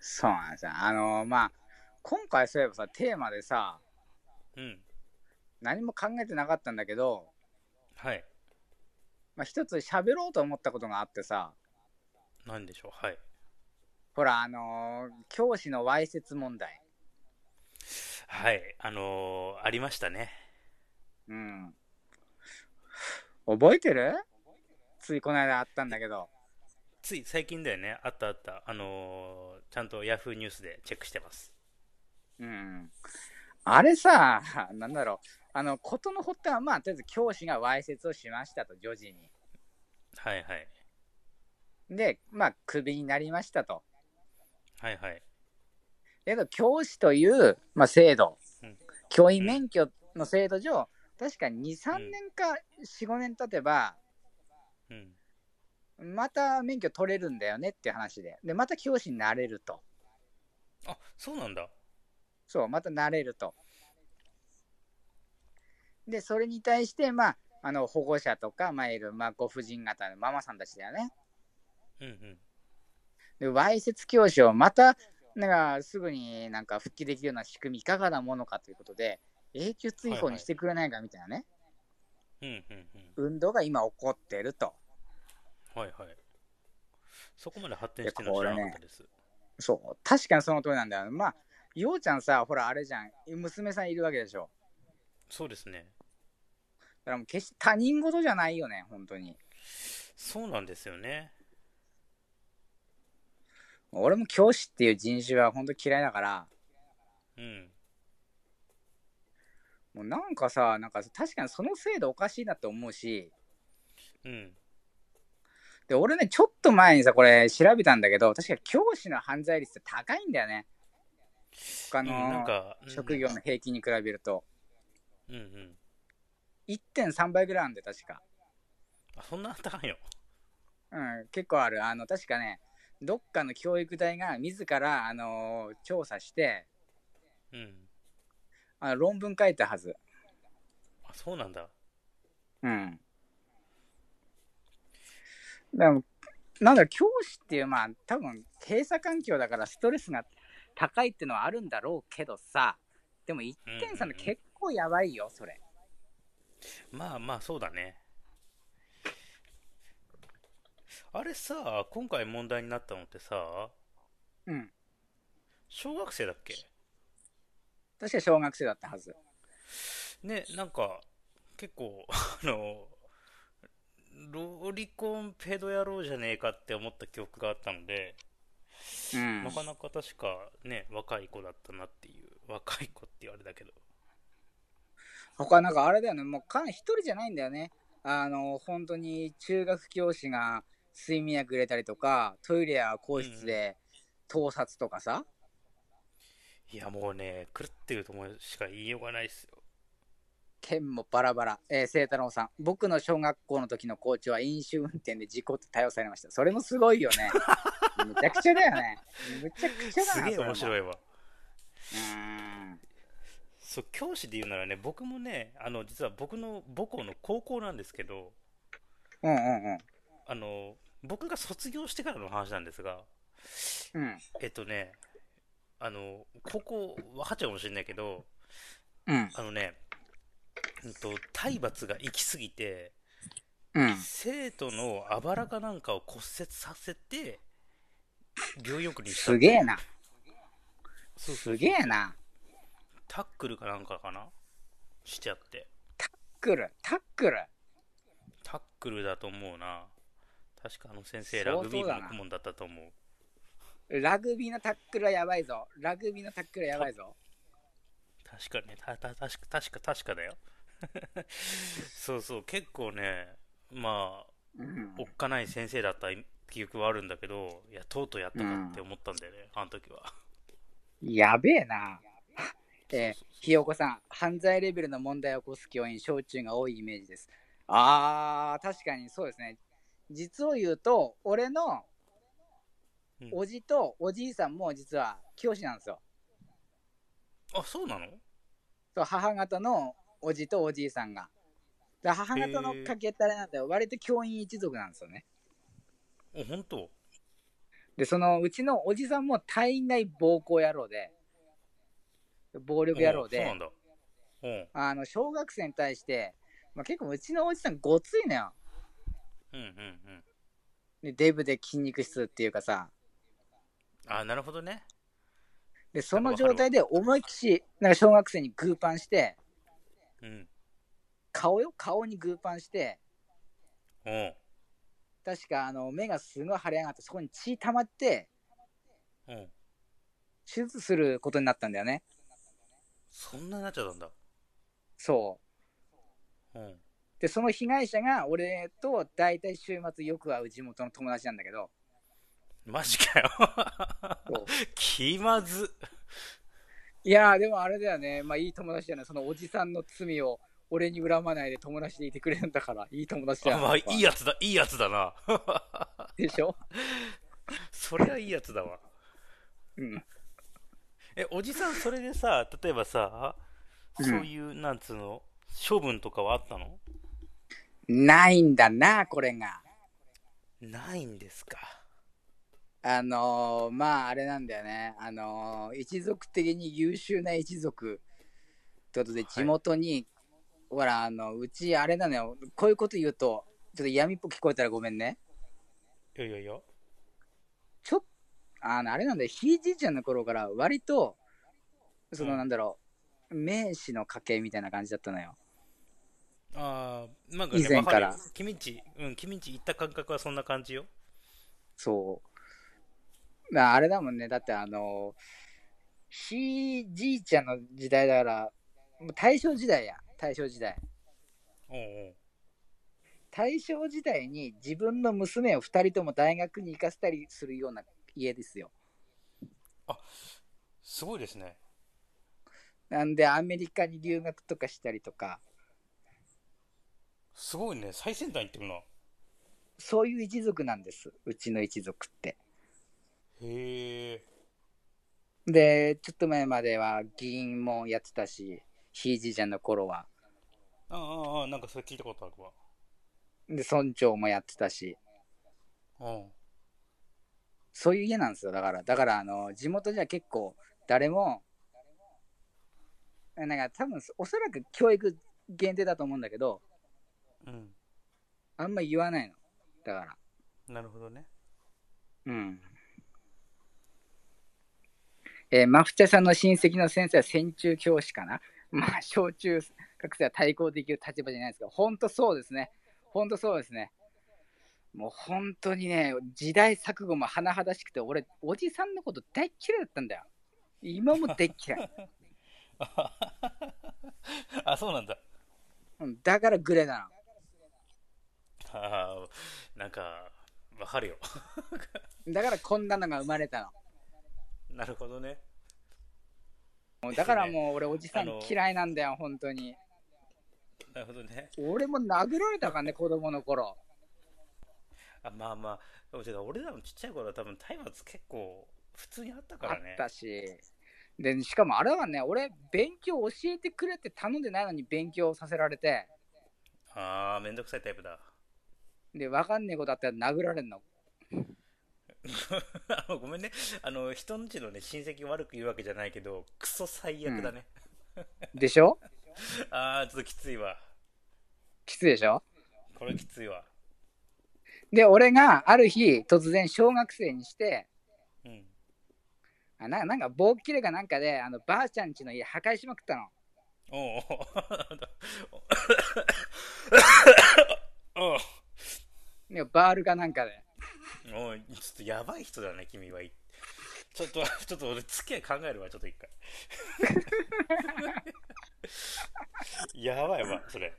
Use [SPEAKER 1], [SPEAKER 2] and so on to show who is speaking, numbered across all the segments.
[SPEAKER 1] そうなんですよ。あのーまあ、今回そういえばさ、テーマでさ、
[SPEAKER 2] うん。
[SPEAKER 1] 何も考えてなかったんだけど、
[SPEAKER 2] はい。
[SPEAKER 1] まあ、一つ喋ろうと思ったことがあってさ、
[SPEAKER 2] なんでしょう。はい。
[SPEAKER 1] ほら、あのー教師のわいせつ問題。
[SPEAKER 2] はい。あのーありましたね。
[SPEAKER 1] うん。覚えてるついこの間あったんだけど。
[SPEAKER 2] つい最近だよね。あったあった。あのーちゃんと Yahoo ニュースでチェックしてます。
[SPEAKER 1] うん。あれさ、なんだろう。あの、事の発端は、まあ、とりあえず教師がわいせつをしましたと、女児に。
[SPEAKER 2] はいはい。
[SPEAKER 1] で、まあ、クビになりましたと。
[SPEAKER 2] はいはい。
[SPEAKER 1] けど教師という、まあ、制度
[SPEAKER 2] うん、
[SPEAKER 1] 教員免許の制度上、確か2、3
[SPEAKER 2] うん
[SPEAKER 1] 年か4、5年経てば、
[SPEAKER 2] うん。
[SPEAKER 1] また免許取れるんだよねっていう話で、で、また教師になれると、
[SPEAKER 2] あ、そうなんだ。
[SPEAKER 1] そう、またなれると。で、それに対して、まあ、あの保護者とか、まあ、いる、まあ、ご婦人方のママさんたちだよね。
[SPEAKER 2] うんうん。
[SPEAKER 1] で、わいせつ教師をまた、なんかすぐになんか復帰できるような仕組み、いかがなものかということで、永久追放にしてくれないかみたいなね。
[SPEAKER 2] うんうんうん。
[SPEAKER 1] 運動が今起こってると。
[SPEAKER 2] はいはい。そこまで発展してるの知らなかったです。
[SPEAKER 1] そう、確かにその通りなんだよ。まあ、ようちゃんさ、ほら、あれじゃん、娘さんいるわけでしょ。
[SPEAKER 2] そうですね。
[SPEAKER 1] だからもう決して他人事じゃないよね、本当に。
[SPEAKER 2] そうなんですよね。
[SPEAKER 1] 俺も教師っていう人種は本当嫌いだから、
[SPEAKER 2] うん。
[SPEAKER 1] もうなんかさ、なんか確かにその制度おかしいなって思うし、
[SPEAKER 2] うん。
[SPEAKER 1] で、俺ね、ちょっと前にさ、これ調べたんだけど、確か教師の犯罪率って高いんだよね。他
[SPEAKER 2] あなん
[SPEAKER 1] の
[SPEAKER 2] か、
[SPEAKER 1] 職業の平均に比べると。
[SPEAKER 2] うんうん。
[SPEAKER 1] 1.3倍ぐらいなんで、確か。
[SPEAKER 2] あ、そんな高いよ。
[SPEAKER 1] うん、結構ある。あの、確かね、どっかの教育大が自ら、あのー調査して、
[SPEAKER 2] うん。
[SPEAKER 1] あ論文書いたはず。
[SPEAKER 2] あ、そうなんだ。
[SPEAKER 1] うん。でも、なんだろう、教師っていう、まあ、多分、閉鎖環境だからストレスが高いっていうのはあるんだろうけどさ、でも1.3
[SPEAKER 2] うんう
[SPEAKER 1] の
[SPEAKER 2] ん
[SPEAKER 1] 結構やばいよ、それ。
[SPEAKER 2] まあまあそうだねあれさ今回問題になったのってさ
[SPEAKER 1] うん。
[SPEAKER 2] 小学生だっけ
[SPEAKER 1] 確か小学生だったはず。
[SPEAKER 2] ねなんか結構あのロリコンペド野郎じゃねえかって思った記憶があったので、
[SPEAKER 1] うん
[SPEAKER 2] な。かなか確かね若い子だったなっていう若い子って言われだけど
[SPEAKER 1] 他なんかあれだよね、もうか一人じゃないんだよね。あの、本当に中学教師が睡眠薬入れたりとか、トイレや更衣室で盗撮とかさ、
[SPEAKER 2] いやもうね狂ってると思うしか言いようがないっすよ
[SPEAKER 1] 剣もバラバラ。えー、聖太郎さん、僕の小学校の時の校長は飲酒運転で事故って逮捕されました。それもすごいよ ね。むちゃくちゃだよね。むちゃくちゃだ
[SPEAKER 2] す
[SPEAKER 1] な
[SPEAKER 2] げえ面
[SPEAKER 1] い。
[SPEAKER 2] 白いわ
[SPEAKER 1] それも
[SPEAKER 2] そう教師で言うならね僕もねあの実は僕の母校の高校なんですけど
[SPEAKER 1] うーんうんうん
[SPEAKER 2] あの僕が卒業してからの話なんですが
[SPEAKER 1] うん。うん。
[SPEAKER 2] えっとねあの高校分かっちゃうかもしれないけど
[SPEAKER 1] うん。
[SPEAKER 2] あのね、うん、と体罰が行き過ぎて
[SPEAKER 1] うん。
[SPEAKER 2] 生徒のあばらかなんかを骨折させて療養区にした
[SPEAKER 1] すげえな。
[SPEAKER 2] そうそう
[SPEAKER 1] すげえな。
[SPEAKER 2] タックルかなんかかなしちゃって
[SPEAKER 1] 来る。タックル。
[SPEAKER 2] タックルだと思うな確かあの先生
[SPEAKER 1] 相
[SPEAKER 2] ラ
[SPEAKER 1] 当だな
[SPEAKER 2] グビー部の顧問だったと思う
[SPEAKER 1] ラグビーのタックルはやばいぞ。ラグビーのタックルはやばいぞ。
[SPEAKER 2] 確かね、た、た、確か、確か、確かだよ。 そうそう、結構ね、まあ、
[SPEAKER 1] うん
[SPEAKER 2] おっかない先生だった記憶はあるんだけど、いや、とうとうやったかって思ったんだよね、あの時は。
[SPEAKER 1] やべえな。えー
[SPEAKER 2] そうそうそう
[SPEAKER 1] ひよこさん、犯罪レベルの問題を起こす教員、小中が多いイメージです。あー、確かにそうですね。実を言うと、俺の
[SPEAKER 2] うん
[SPEAKER 1] おじとおじいさんも実は教師なんですよ。
[SPEAKER 2] あ、そうなの
[SPEAKER 1] そう母方のおじとおじいさんが。だ母方のかけたれなんで、割と教員一族なんですよね。
[SPEAKER 2] お、本当
[SPEAKER 1] で、そのうちのおじさんも大概暴行野郎で、暴力野郎
[SPEAKER 2] そう
[SPEAKER 1] で
[SPEAKER 2] なん、だ。うん。
[SPEAKER 1] あの、小学生に対して、まあ、結構うちのおじさんごついのよ。
[SPEAKER 2] うんうんう
[SPEAKER 1] で
[SPEAKER 2] ん。
[SPEAKER 1] デブで筋肉質っていうかさ。
[SPEAKER 2] あ、なるほどね。
[SPEAKER 1] で、その状態で思いっきり、なんか小学生にグーパンして、
[SPEAKER 2] うん。
[SPEAKER 1] 顔よ、顔にグーパンして、
[SPEAKER 2] うん。
[SPEAKER 1] 確かあの、目がすごい腫れ上がって、そこに血溜まって、
[SPEAKER 2] うん。
[SPEAKER 1] 手術することになったんだよね。
[SPEAKER 2] そんなになっちゃったんだ。
[SPEAKER 1] そう。
[SPEAKER 2] うん。
[SPEAKER 1] で、その被害者が俺と大体週末よく会う地元の友達なんだけど、
[SPEAKER 2] マジかよ。
[SPEAKER 1] そう
[SPEAKER 2] 気まず。
[SPEAKER 1] いやー、でもあれだよね、まあいい友達だよね、そのおじさんの罪を俺に恨まないで友達でいてくれるんだから、いい友達だよ
[SPEAKER 2] あ
[SPEAKER 1] ね。
[SPEAKER 2] まあ、い
[SPEAKER 1] っぱ
[SPEAKER 2] いやつだ、いいやつだな。
[SPEAKER 1] でしょ
[SPEAKER 2] そりゃいいやつだわ。
[SPEAKER 1] うん。
[SPEAKER 2] え、おじさん、それでさ、例えばさ、
[SPEAKER 1] うん
[SPEAKER 2] そういう、なんつうの、処分とかはあったの
[SPEAKER 1] ないんだな、これが。
[SPEAKER 2] ないんですか。
[SPEAKER 1] あのー、まああれなんだよね、あのー、一族的に優秀な一族ってことで、
[SPEAKER 2] はい
[SPEAKER 1] 地元に、ほら、あの、うちあれなのよ、こういうこと言うと、ちょっと闇っぽく聞こえたらごめんね。
[SPEAKER 2] いやいやいや。
[SPEAKER 1] ちょっあのあれなんだよ、ひいじいちゃんの頃から割と、その
[SPEAKER 2] うん
[SPEAKER 1] なんだろう、名士の家系みたいな感じだったのよ。
[SPEAKER 2] ああ、なんか、
[SPEAKER 1] 以前から
[SPEAKER 2] わるよ君んち、うん、君んち行った感覚はそんな感じよ。
[SPEAKER 1] そう。まあ、あれだもんね、だってあの、ひいじいちゃんの時代だから、もう大正時代や、大正時代。
[SPEAKER 2] おうおう
[SPEAKER 1] 大正時代に自分の娘を2人とも大学に行かせたりするような家ですよ。
[SPEAKER 2] すごいですね。
[SPEAKER 1] なんでアメリカに留学とかしたりとか、
[SPEAKER 2] すごいね。最先端行ってるな。
[SPEAKER 1] そういう一族なんです、うちの一族って。
[SPEAKER 2] へえ。
[SPEAKER 1] で、ちょっと前までは議員もやってたし、ひいじいちゃんの頃は。
[SPEAKER 2] ああ、ああ、なんかそれ聞いたことあるわ。
[SPEAKER 1] で、村長もやってたし、
[SPEAKER 2] うん。
[SPEAKER 1] そういう家なんですよ、だから。だから、あの、地元じゃ結構、誰も、なんか多分、おそらく教育限定だと思うんだけど、
[SPEAKER 2] うん。
[SPEAKER 1] あんま言わないの。だから。
[SPEAKER 2] なるほどね。
[SPEAKER 1] うん。えーマフチャさんの親戚の先生は戦中教師かな まあ、小中学生は対抗できる立場じゃないですけど、本当そうですね。本当そうですね。もう本当にね、時代錯誤も甚だしくて、俺、おじさんのこと大っ嫌いだったんだよ。今も大っ嫌い。
[SPEAKER 2] あ、そうなんだ。
[SPEAKER 1] うんだからグレなの。
[SPEAKER 2] ああ、 なんか、わかるよ。
[SPEAKER 1] だからこんなのが生まれたの。
[SPEAKER 2] なるほどね。
[SPEAKER 1] もうだからもう俺、おじさ
[SPEAKER 2] あ
[SPEAKER 1] ん
[SPEAKER 2] の
[SPEAKER 1] 嫌いなんだよ、本当に。
[SPEAKER 2] なるほどね。
[SPEAKER 1] 俺も殴られたからね、子供の頃。
[SPEAKER 2] あまあまあ、でもてか俺らのちっちゃい頃は多分体罰結構普通にあったか
[SPEAKER 1] あ
[SPEAKER 2] ら
[SPEAKER 1] っ
[SPEAKER 2] ね。
[SPEAKER 1] たし、でしかもあれはね、俺、勉強教えてくれって頼んでないのに勉強させられて、
[SPEAKER 2] ああ、めんどくさいタイプだ。
[SPEAKER 1] で、わかんねえことあったら殴られんの。
[SPEAKER 2] あのごめんね。あの、人んちのね、親戚悪く言うわけじゃないけど、クソ最悪だね。
[SPEAKER 1] でしょ
[SPEAKER 2] ああ、ちょっときついわ。
[SPEAKER 1] きついでしょ
[SPEAKER 2] これきついわ。
[SPEAKER 1] で、俺がある日、突然小学生にして、
[SPEAKER 2] うん。
[SPEAKER 1] あななんか棒切れかなんかで、あのばあちゃん家の家破壊しまくったの。
[SPEAKER 2] おう おう
[SPEAKER 1] ねバールかなんかで。
[SPEAKER 2] おうおうちょっとやばい人だね、君は。ちょっと、 ちょっと俺、付き合い考えるわ、ちょっと一回。 やばいわ、それ。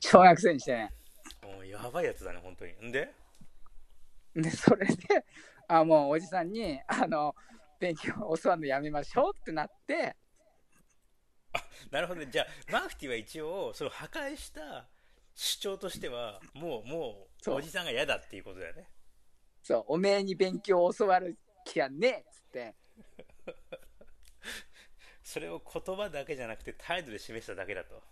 [SPEAKER 1] 小学生にしてね。
[SPEAKER 2] もうやばいやつだね、本当に。んで
[SPEAKER 1] で、それで、あもうおじさんに、あの、勉強教わるのやめましょうってなって、
[SPEAKER 2] なるほどね。じゃあ、マーフティは一応、その破壊した主張としては、もう、もう、
[SPEAKER 1] そう
[SPEAKER 2] おじさんが嫌だっていうことだよね。
[SPEAKER 1] そう、おめえに勉強教わる気はねえっつって。
[SPEAKER 2] それを言葉だけじゃなくて、態度で示しただけだと。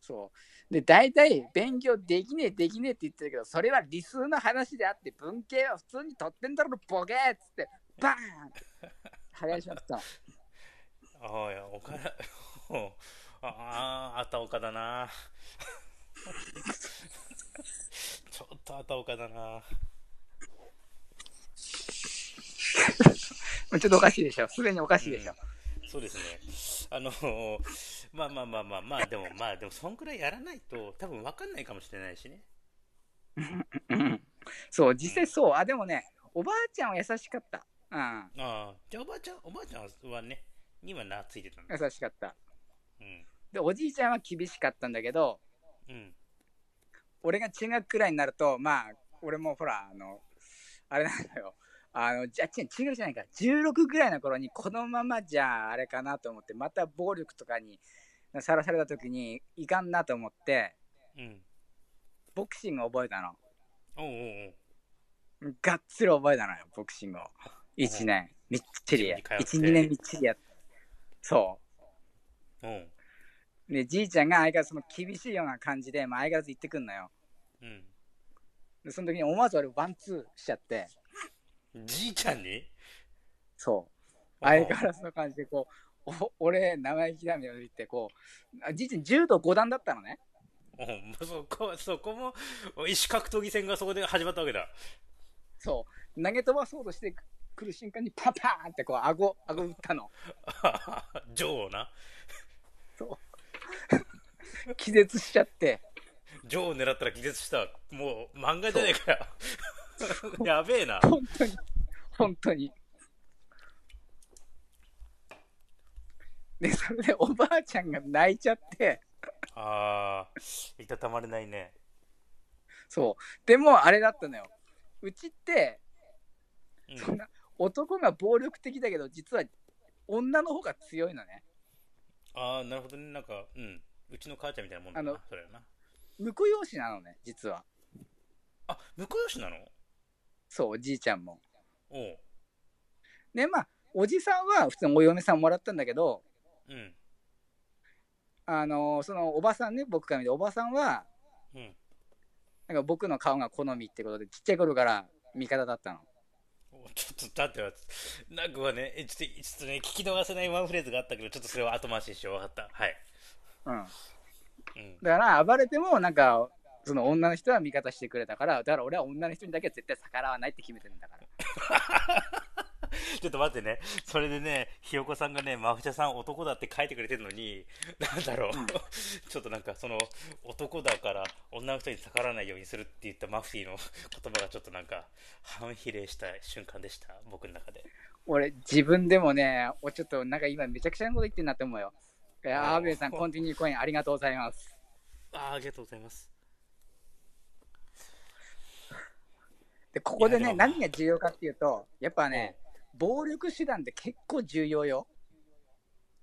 [SPEAKER 1] そう。で、大体、勉強できねえ、できねえって言ってるけど、それは理数の話であって、文系は普通に取ってんだろ、ボケーっつって、バーンはやし ました。
[SPEAKER 2] ああ、いや、お金、 ああ、あたおかだな。 ちょっとあたおかだな。
[SPEAKER 1] ちょっとおかしいでしょ。すでにおかしいでしょ。
[SPEAKER 2] そうですね。あの、まあまあまあまあまあ、でもまあ、でも、そんくらいやらないと、多分わかんないかもしれないしね。
[SPEAKER 1] うんそう、実際そう。あ、でもね、おばあちゃんは優しかった。うん。
[SPEAKER 2] ああ、じゃあ、おばあちゃん、おばあちゃんはね、にはな、ついてたんだ。
[SPEAKER 1] 優しかった。
[SPEAKER 2] うん。
[SPEAKER 1] で、おじいちゃんは厳しかったんだけど、
[SPEAKER 2] うん。
[SPEAKER 1] 俺が中学くらいになると、まあ、俺もほら、あの、あれなんだよ。あの、じゃ、違う、中学じゃないか。16くらいの頃に、このままじゃあれかなと思って、また暴力とかにさらされた時に、いかんなと思って、
[SPEAKER 2] うん。
[SPEAKER 1] ボクシングを覚えたの。
[SPEAKER 2] おうおうおう。
[SPEAKER 1] がっつり覚えたのよ、ボクシングを。1年、みっちりや。
[SPEAKER 2] ジ
[SPEAKER 1] 1、
[SPEAKER 2] ムに通って
[SPEAKER 1] 2年みっちりや。そう。
[SPEAKER 2] うん。
[SPEAKER 1] で、じいちゃんが相変わらずその厳しいような感じで、まあ、相変わらず言ってくんのよ。
[SPEAKER 2] う
[SPEAKER 1] で、その時に思わず俺ワンツーしちゃって、
[SPEAKER 2] ん。じいちゃんに
[SPEAKER 1] そう。相変わらずの感じで、こう、お俺、生意気だみたいなこと言って、こう、あじいちゃん柔道5段だったのね。
[SPEAKER 2] うん、そこは、そこも、おい死角闘技戦がそこで始まったわけだ。
[SPEAKER 1] そう。投げ飛ばそうとしてくる瞬間にパパーンってこう、顎、顎打ったの。
[SPEAKER 2] あはは 女王な。
[SPEAKER 1] 気絶しちゃって、
[SPEAKER 2] 女王狙ったら気絶した。もう、漫画じゃねえかよ。 やべ えな。
[SPEAKER 1] 本当に、本当に。で、それでおばあちゃんが泣いちゃって、
[SPEAKER 2] あー、いたたまれないね。
[SPEAKER 1] そう。でも、あれだったのよ。うちって、
[SPEAKER 2] うん
[SPEAKER 1] そんな、男が暴力的だけど、実は女の方が強いのね。
[SPEAKER 2] あー、なるほどね。なんか、うん。うちの母ちゃんみたいなもんだ
[SPEAKER 1] あ
[SPEAKER 2] な
[SPEAKER 1] の、
[SPEAKER 2] それはな。
[SPEAKER 1] 婿養子なのね、実は。
[SPEAKER 2] あ、婿養子なの
[SPEAKER 1] そう、おじいちゃんも。
[SPEAKER 2] おう。
[SPEAKER 1] ね、まあ、おじさんは普通にお嫁さんもらったんだけど、
[SPEAKER 2] うん。
[SPEAKER 1] あのーそのおばさんね、僕が見て、おばさんは、
[SPEAKER 2] うん。
[SPEAKER 1] なんか僕の顔が好みってことで、ちっちゃい頃から味方だったの。
[SPEAKER 2] おちょっと、だっては、なんかはね、えちょっと、ちょっとね、聞き逃せないワンフレーズがあったけど、ちょっとそれは後回しにしよう。わかった。はい。
[SPEAKER 1] うん。
[SPEAKER 2] うん。
[SPEAKER 1] だから、暴れても、なんか、その女の人は味方してくれたから、だから俺は女の人にだけは絶対逆らわないって決めてるんだから。
[SPEAKER 2] ちょっと待ってね、それでね、ひよこさんがね、まふちゃさん男だって書いてくれてるのに、なんだろう、ちょっとなんかその、男だから女の人に逆らわないようにするって言ったマフティーの言葉がちょっとなんか、反比例した瞬間でした、僕の中で。
[SPEAKER 1] 俺、自分でもね、おちょっとなんか今めちゃくちゃなこと言ってんなって思うよ。いやアーベイさん、コンティニューコインありがとうございます。
[SPEAKER 2] あーありがとうございます。
[SPEAKER 1] で、ここで
[SPEAKER 2] いや
[SPEAKER 1] ね、
[SPEAKER 2] でも
[SPEAKER 1] 何が重要かっていうと、やっぱね、暴力手段って結構重要よ。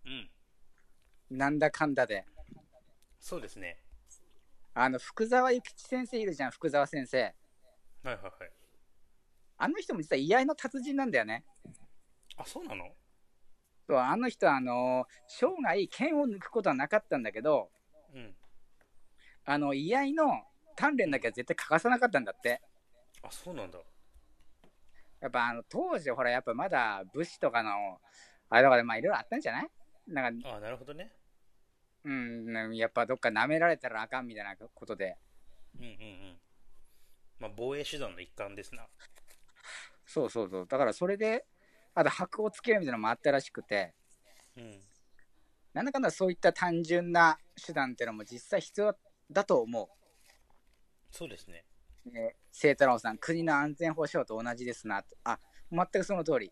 [SPEAKER 2] うん、
[SPEAKER 1] なんだかんだで。
[SPEAKER 2] そうですね。
[SPEAKER 1] あの、福沢諭吉先生いるじゃん、福沢先生。
[SPEAKER 2] はいはいはい。
[SPEAKER 1] あの人も実は居合の達人なんだよね。
[SPEAKER 2] あ、そうなの
[SPEAKER 1] そうあの人は、あの生涯剣を抜くことはなかったんだけど、
[SPEAKER 2] うん。
[SPEAKER 1] あの、居合の鍛錬だけは絶対欠かさなかったんだって。
[SPEAKER 2] あ、そうなんだ。
[SPEAKER 1] やっぱあの当時、ほら、やっぱまだ武士とかの、あれだから、まあいろいろあったんじゃないなんか、
[SPEAKER 2] あーなるほどね。
[SPEAKER 1] うん、やっぱどっか舐められたらあかんみたいなことで。
[SPEAKER 2] うんうんうん。まあ、防衛手段の一環ですな。
[SPEAKER 1] そうそうそう。だからそれで、あと箔をつけるみたいなのもあったらしくて、
[SPEAKER 2] うん。
[SPEAKER 1] なんだかんだそういった単純な手段っていうのも実際必要だと思
[SPEAKER 2] そうですね。
[SPEAKER 1] う。ね、清太郎さん、国の安全保障と同じですなと。あ、全くその通り。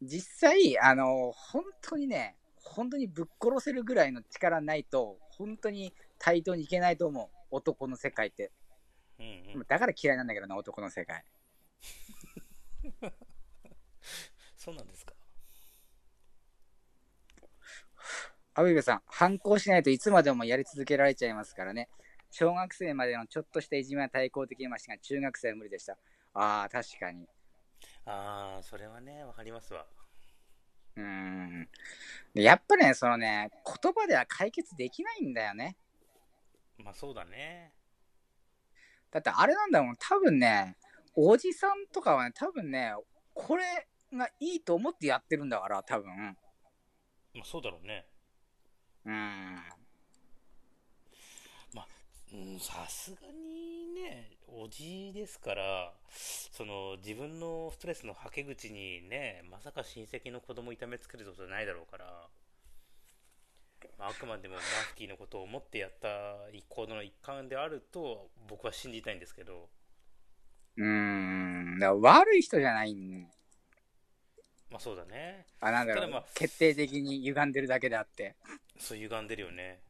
[SPEAKER 1] 実際、あの、本当にね、本当にぶっ殺せるぐらいの力ないと、本当に対等にいけないと思う。男の世界って。
[SPEAKER 2] うんうん。
[SPEAKER 1] だから嫌いなんだけどな、男の世界。
[SPEAKER 2] そうなんですか。
[SPEAKER 1] ア部部さん、反抗しないといつまでもやり続けられちゃいますからね。小学生までのちょっとしたいじめは対抗できましたが、中学生は無理でした。ああ、確かに。
[SPEAKER 2] ああ、それはね、わかりますわ。
[SPEAKER 1] うーん。でやっぱりね、そのね、言葉では解決できないんだよね。
[SPEAKER 2] まあそうだね。
[SPEAKER 1] だってあれなんだもん、多分ね、おじさんとかはね、多分ね、これがいいと思ってやってるんだから、多分。
[SPEAKER 2] まあそうだろうね。
[SPEAKER 1] うん。
[SPEAKER 2] うんさすがにね、おじですから、その自分のストレスのはけ口にね、まさか親戚の子供痛めつけることはないだろうから、まあ、あくまでもマフキーのことを思ってやった行動の一環であると僕は信じたいんですけど、
[SPEAKER 1] うん。だから悪い人じゃないん
[SPEAKER 2] まあそうだね。
[SPEAKER 1] あ、なんだろ
[SPEAKER 2] た
[SPEAKER 1] う、
[SPEAKER 2] だまあ
[SPEAKER 1] 決定的に歪んでるだけであって。
[SPEAKER 2] そう歪んでるよね。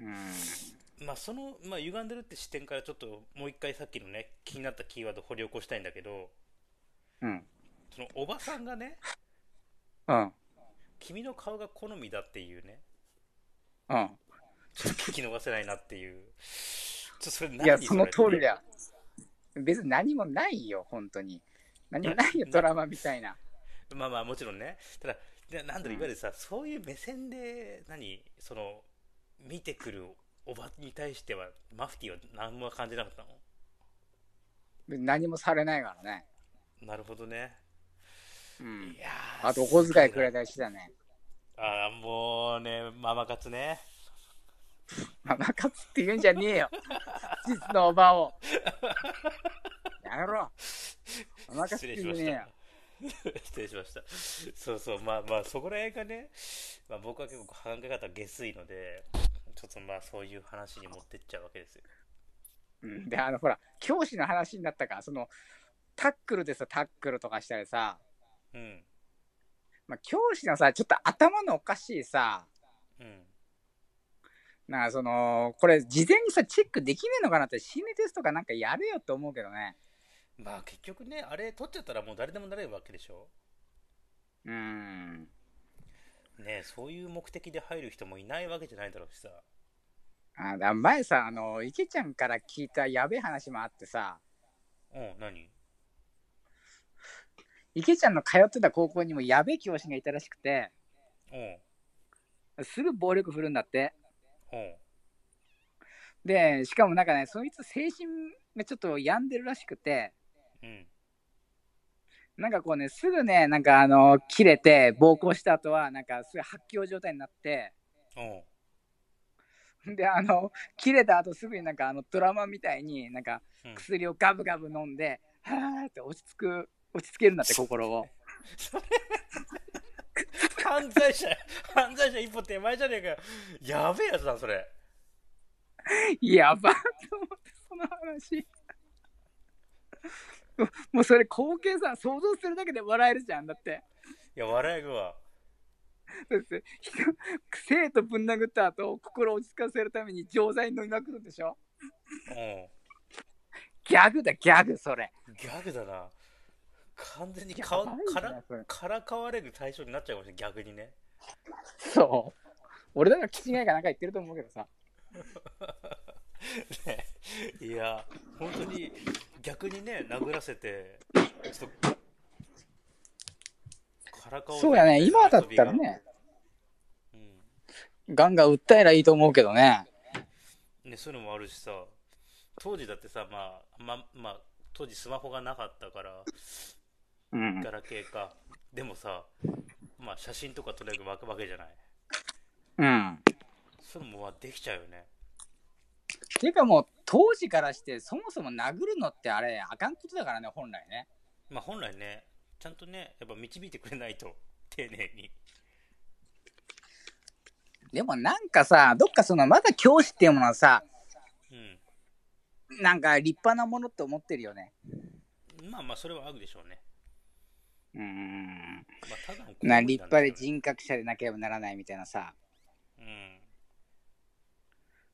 [SPEAKER 1] うん。
[SPEAKER 2] まあその、まあ歪んでるって視点からちょっともう一回さっきのね、気になったキーワード掘り起こしたいんだけど、
[SPEAKER 1] うん。
[SPEAKER 2] そのおばさんがね、
[SPEAKER 1] うん。
[SPEAKER 2] 君の顔が好みだっていうね、
[SPEAKER 1] うん。
[SPEAKER 2] ちょっと聞き逃せないなっていう。ちょっとそれ何
[SPEAKER 1] いや、その通りだ
[SPEAKER 2] よ。
[SPEAKER 1] よ。別に何もないよ、本当に。何もないよ、ドラマみたいな。
[SPEAKER 2] まあまあもちろんね。ただ、でなん
[SPEAKER 1] う
[SPEAKER 2] だろう、
[SPEAKER 1] ん
[SPEAKER 2] いわゆるさ、そういう目線で、何、その、見てくるおばに対しては、マフティーは何も感じなかったの
[SPEAKER 1] 別に何もされないからね。
[SPEAKER 2] なるほどね。
[SPEAKER 1] うん
[SPEAKER 2] い。やー
[SPEAKER 1] あと、お小遣いくれたりしてたね。
[SPEAKER 2] あーもうね、ママ活ね。
[SPEAKER 1] ママ活って言うんじゃねえよ。実のおばを。やめろ。ママ活っ
[SPEAKER 2] 失
[SPEAKER 1] て
[SPEAKER 2] 礼し
[SPEAKER 1] 言う
[SPEAKER 2] まし
[SPEAKER 1] ねえよ
[SPEAKER 2] た。。失礼しました。 そうそう、まあまあ、そこら辺がね、まあ僕は結構考え方下水ので、ちょっとまあそういう話に持ってっちゃうわけですよ。
[SPEAKER 1] うんで、あの、ほら、教師の話になったから、その、タックルでさ、タックルとかしたりさ、
[SPEAKER 2] うん。
[SPEAKER 1] まあ、教師のさ、ちょっと頭のおかしいさ、
[SPEAKER 2] うん。
[SPEAKER 1] なんかその、これ事前にさ、チェックできねえのかなって、心理テストかなんかやれよって思うけどね。
[SPEAKER 2] まあ結局ね、あれ取っちゃったらもう誰でもなれるわけでしょ
[SPEAKER 1] うーん。
[SPEAKER 2] ねえそういう目的で入る人もいないわけじゃないだろうしさ。
[SPEAKER 1] あだ前さ、あの、池ちゃんから聞いたやべえ話もあってさ、
[SPEAKER 2] うん、何
[SPEAKER 1] 池ちゃんの通ってた高校にもやべえ教師がいたらしくて、
[SPEAKER 2] うん、
[SPEAKER 1] すぐ暴力振るんだって。
[SPEAKER 2] うん。
[SPEAKER 1] で、しかもなんかね、そいつ精神がちょっと病んでるらしくて、
[SPEAKER 2] うん。
[SPEAKER 1] なんかこうね、すぐね、なんかあの、切れて、暴行した後は、なんかすぐ発狂状態になって、
[SPEAKER 2] うん。
[SPEAKER 1] で、あの、切れた後すぐになんかあの、ドラマみたいになんか、
[SPEAKER 2] うん、
[SPEAKER 1] 薬をガブガブ飲んで、はーって落ち着く、落ち着けるんだって、心を。
[SPEAKER 2] それ犯罪者犯罪者一歩手前じゃねえかよやべえやつだそれ
[SPEAKER 1] やばっと思って、その話。 もうもうそれ光景さ想像するだけで笑えるじゃんだって
[SPEAKER 2] いや笑えるわ
[SPEAKER 1] だって人生徒ぶん殴った後心を落ち着かせるために錠剤飲みまくるんでしょ
[SPEAKER 2] う
[SPEAKER 1] ギャグだギャグそれ
[SPEAKER 2] んギャグだな完全にか
[SPEAKER 1] やばいね
[SPEAKER 2] から
[SPEAKER 1] それ
[SPEAKER 2] からかわれる対象になっちゃうかもしれない逆にね
[SPEAKER 1] そう俺だから気違いかなんか言ってると思うけどさ
[SPEAKER 2] ねいや本当に逆にね殴らせてちょっとからかお
[SPEAKER 1] そうやね今だったら、
[SPEAKER 2] 遊びが
[SPEAKER 1] ね
[SPEAKER 2] う
[SPEAKER 1] ガンガン訴えりゃいいと思うけどね
[SPEAKER 2] ん、ねそういうのもあるしさ当時だってさまあままあ当時スマホがなかったから
[SPEAKER 1] うん
[SPEAKER 2] ガラケーかでもさまあ写真とか撮れるわけじゃない
[SPEAKER 1] うん
[SPEAKER 2] そういうのもまあできちゃうよね
[SPEAKER 1] ていうかもう当時からしてそもそも殴るのってあれあかんことだからね本来ね
[SPEAKER 2] まあ本来ねちゃんとねやっぱ導いてくれないと 丁寧に
[SPEAKER 1] でもなんかさどっかそのまだ教師っていうものはさなんか立派なものって思ってるよね
[SPEAKER 2] うんまあまあそれはあるでしょうね、
[SPEAKER 1] うん
[SPEAKER 2] まあ、ただの行為
[SPEAKER 1] な
[SPEAKER 2] なん
[SPEAKER 1] 立
[SPEAKER 2] ですけ
[SPEAKER 1] 派
[SPEAKER 2] ど
[SPEAKER 1] で人格者でなければならないみたいなさ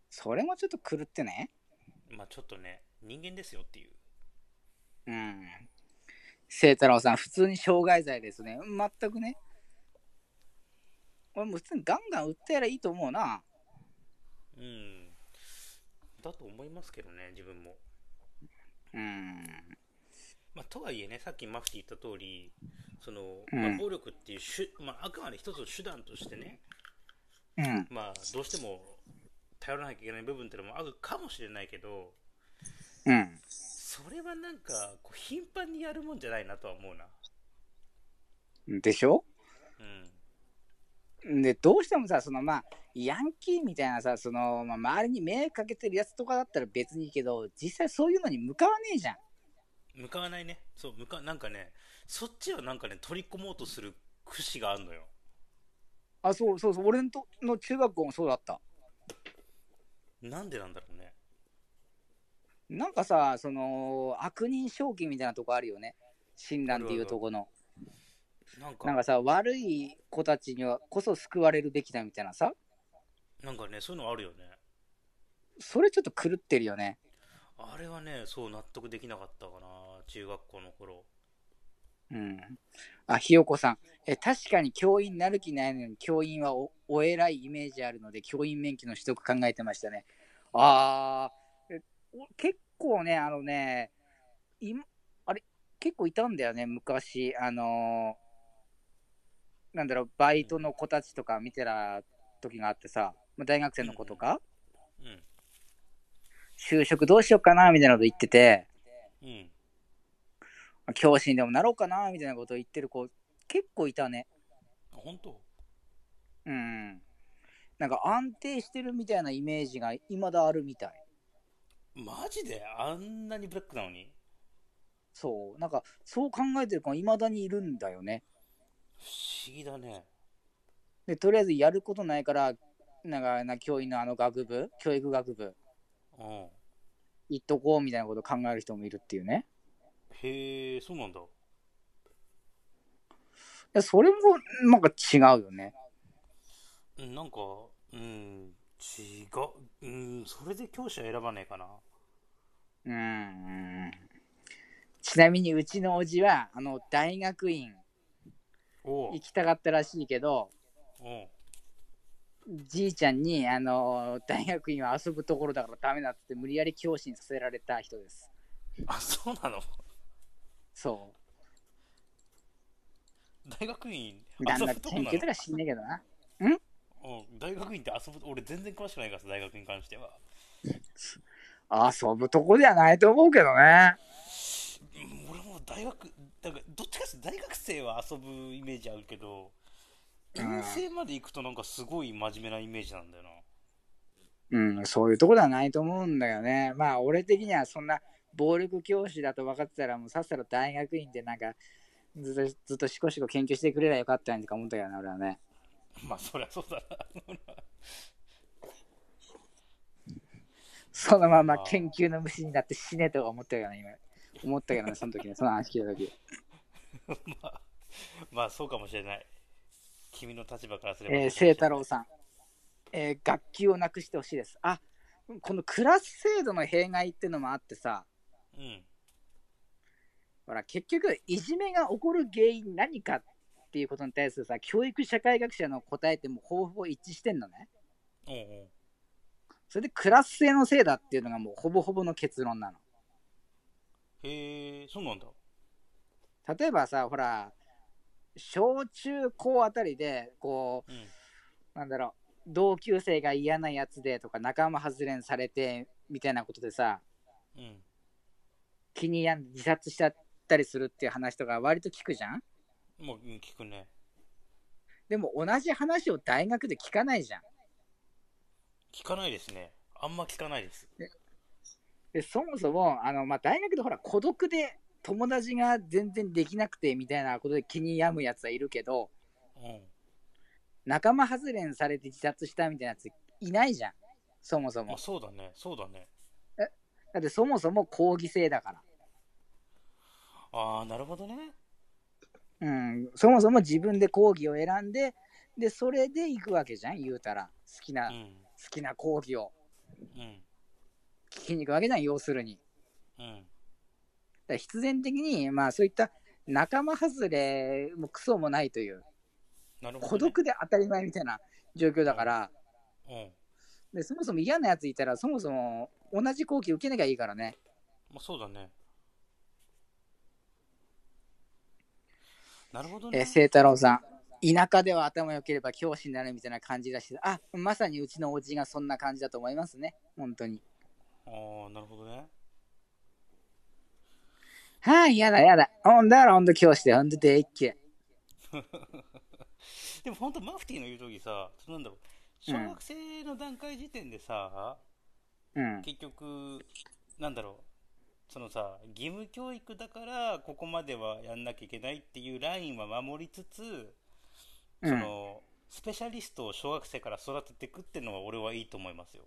[SPEAKER 1] それもちょっと狂ってね
[SPEAKER 2] うんまあちょっとね人間ですよっていう
[SPEAKER 1] うん清太郎さん普通に傷害罪ですねうん全くね俺もう普通にガンガン訴えりゃいいと思うな
[SPEAKER 2] うんだと思いますけどね自分も
[SPEAKER 1] うん
[SPEAKER 2] まあ、とはいえね、さっきマフティー言った通り、その、
[SPEAKER 1] うん
[SPEAKER 2] まあ、暴力っていう手、まあ、あくまで一つの手段としてね、
[SPEAKER 1] うん
[SPEAKER 2] まあ、どうしても頼らなきゃいけない部分ってのもあるかもしれないけど
[SPEAKER 1] うん。
[SPEAKER 2] それはなんかこう頻繁にやるもんじゃないなとは思うな
[SPEAKER 1] でしょ
[SPEAKER 2] うん
[SPEAKER 1] で、どうしてもさ、そのまあ、ヤンキーみたいなさ、その、まあ、周りに迷惑かけてるやつとかだったら別にいいけど、実際そういうのに向かわねえじゃん。
[SPEAKER 2] 向かわないねそう向かなんかねそっちはなんかね取り込もうとする節があるのよ
[SPEAKER 1] あ、そうそうそう、俺のとの中学校もそうだった。
[SPEAKER 2] なんでなんだろうね
[SPEAKER 1] なんかさ、その、悪人正気みたいなとこあるよね。診断っていうとこの。
[SPEAKER 2] なんか
[SPEAKER 1] なんかさ、悪い子たちにはこそ救われるべきだみたいなさ、
[SPEAKER 2] なんかねそういうのあるよね
[SPEAKER 1] それちょっと狂ってるよね。
[SPEAKER 2] あれはねそう納得できなかったかな中学校の頃
[SPEAKER 1] うん。あ、ひよこさん。え、確かに教員なる気ないのに、教員はおお偉いイメージあるので、教員免許の取得考えてましたね。あー、えお結構ね、あのね、今、あれ、結構いたんだよね、昔。あのーなんだろう、バイトの子たちとか見てた時があってさ、まあ大学生の子とか、
[SPEAKER 2] うん
[SPEAKER 1] 就職どうしようかな、みたいなこと言ってて、
[SPEAKER 2] うん
[SPEAKER 1] 教師にでもなろうかなみたいなことを言ってる子結構いたね
[SPEAKER 2] あ本当
[SPEAKER 1] うんなんか安定してるみたいなイメージが未だあるみたい
[SPEAKER 2] マジであんなにブラックなのに
[SPEAKER 1] そうなんかそう考えてる子が未だにいるんだよね
[SPEAKER 2] 不思議だね
[SPEAKER 1] でとりあえずやることないからなんかな教員のあの学部教育学部
[SPEAKER 2] うん
[SPEAKER 1] 行っとこうみたいなことを考える人もいるっていうね
[SPEAKER 2] へえそうなんだ
[SPEAKER 1] でそれもなんか違うよね
[SPEAKER 2] うんなんかうん違ううんそれで教師は選ばねえかな
[SPEAKER 1] うんうんちなみにうちのおじはあの大学院
[SPEAKER 2] おう
[SPEAKER 1] 行きたかったらしいけど
[SPEAKER 2] おう
[SPEAKER 1] じいちゃんに、あの大学院は遊ぶところだからダメだっつって無理やり教師にさせられた人です
[SPEAKER 2] あそうなの
[SPEAKER 1] そ
[SPEAKER 2] 大学院
[SPEAKER 1] うなん
[SPEAKER 2] 遊
[SPEAKER 1] だ
[SPEAKER 2] ぶ
[SPEAKER 1] っ
[SPEAKER 2] と
[SPEAKER 1] け
[SPEAKER 2] こ
[SPEAKER 1] ん
[SPEAKER 2] な
[SPEAKER 1] け
[SPEAKER 2] の
[SPEAKER 1] たらしんねえけどな
[SPEAKER 2] うん大学院って遊ぶ俺全然詳しくないからさ大学に関しては
[SPEAKER 1] 遊ぶとこではないと思うけどね
[SPEAKER 2] うん俺も大学だからどっちかっていうと大学生は遊ぶイメージあるけど
[SPEAKER 1] うん
[SPEAKER 2] 遠征まで行くとなんかすごい真面目なイメージなんだ よな
[SPEAKER 1] うんそういうとこではないと思うんだよねまあ俺的にはそんな暴力教師だと分かってたらもうさっさと大学院でなんかずっとずっとしこしこ研究してくれりゃよかったんとか思ったけどね俺はね
[SPEAKER 2] まあそりゃそうだな
[SPEAKER 1] そのまま
[SPEAKER 2] あー
[SPEAKER 1] 研究の虫になって死ねとか思ったけどね今思ったけどねその時ねその話聞いた時
[SPEAKER 2] まあ、まあそうかもしれない。君の立場からすれば。
[SPEAKER 1] えー、清太郎さん、えー学級をなくしてほしいです。あこのクラス制度の弊害ってのもあってさ、
[SPEAKER 2] うん。
[SPEAKER 1] ほら、結局、いじめが起こる原因何かっていうことに対するさ、教育社会学者の答えってもうほぼほぼ一致してんのね。
[SPEAKER 2] おうおう
[SPEAKER 1] それでクラス制のせいだっていうのがもうほぼほぼの結論なの。
[SPEAKER 2] へえ、そうなんだ。
[SPEAKER 1] 例えばさ、ほら、小中高あたりで、こ
[SPEAKER 2] うん。
[SPEAKER 1] う、なんだろう、同級生が嫌なやつでとか、仲間外れにされてみたいなことでさ、
[SPEAKER 2] うん。
[SPEAKER 1] 気に病んで自殺しちゃったりするっていう話とか割と聞くじゃん
[SPEAKER 2] もううん聞くね。
[SPEAKER 1] でも同じ話を大学で聞かないじゃん
[SPEAKER 2] 聞かないですね。あんま聞かないです。
[SPEAKER 1] でそもそもあの、まあ、大学でほら孤独で友達が全然できなくてみたいなことで気に病むやつはいるけど
[SPEAKER 2] うん。
[SPEAKER 1] 仲間外れにされて自殺したみたいなやついないじゃんそもそ
[SPEAKER 2] ま
[SPEAKER 1] も
[SPEAKER 2] あそうだね。そうだね。
[SPEAKER 1] だってそもそも抗議制だから
[SPEAKER 2] ああ、なるほどね。
[SPEAKER 1] うんそもそも自分で講義を選んででそれで行くわけじゃん言うたら好きな、
[SPEAKER 2] う
[SPEAKER 1] 好
[SPEAKER 2] ん。
[SPEAKER 1] きな講義を
[SPEAKER 2] うん。
[SPEAKER 1] 聞きに行くわけじゃん要するに
[SPEAKER 2] うん。
[SPEAKER 1] だから必然的に、まあ、そういった仲間外れもクソもないという
[SPEAKER 2] なるほ
[SPEAKER 1] 孤
[SPEAKER 2] ど、ね。
[SPEAKER 1] 独で当たり前みたいな状況だから
[SPEAKER 2] うん。
[SPEAKER 1] でそもそも嫌なやついたらそもそも同じ後期受けなきゃいいからね
[SPEAKER 2] まあそうだね。なるほど
[SPEAKER 1] えー
[SPEAKER 2] ね。
[SPEAKER 1] 清太郎さん田舎では頭良ければ教師になるみたいな感じらしい。あ、まさにうちのおじがそんな感じだと思いますね。本当に。
[SPEAKER 2] ああ、なるほどね。
[SPEAKER 1] はい、やだやだ。ほんだらほんと教師で、ほんとでっけ。
[SPEAKER 2] でも本当マフティーの言う通りさ、そのなんだろう、小
[SPEAKER 1] うん
[SPEAKER 2] 学生の段階時点でさ、
[SPEAKER 1] うん。
[SPEAKER 2] 結局、なんだろう、そのさ、義務教育だから、ここまではやんなきゃいけないっていうラインは守りつつ、
[SPEAKER 1] う
[SPEAKER 2] そ
[SPEAKER 1] ん。
[SPEAKER 2] の、スペシャリストを小学生から育てていくっていうのは俺はいいと思いますよ。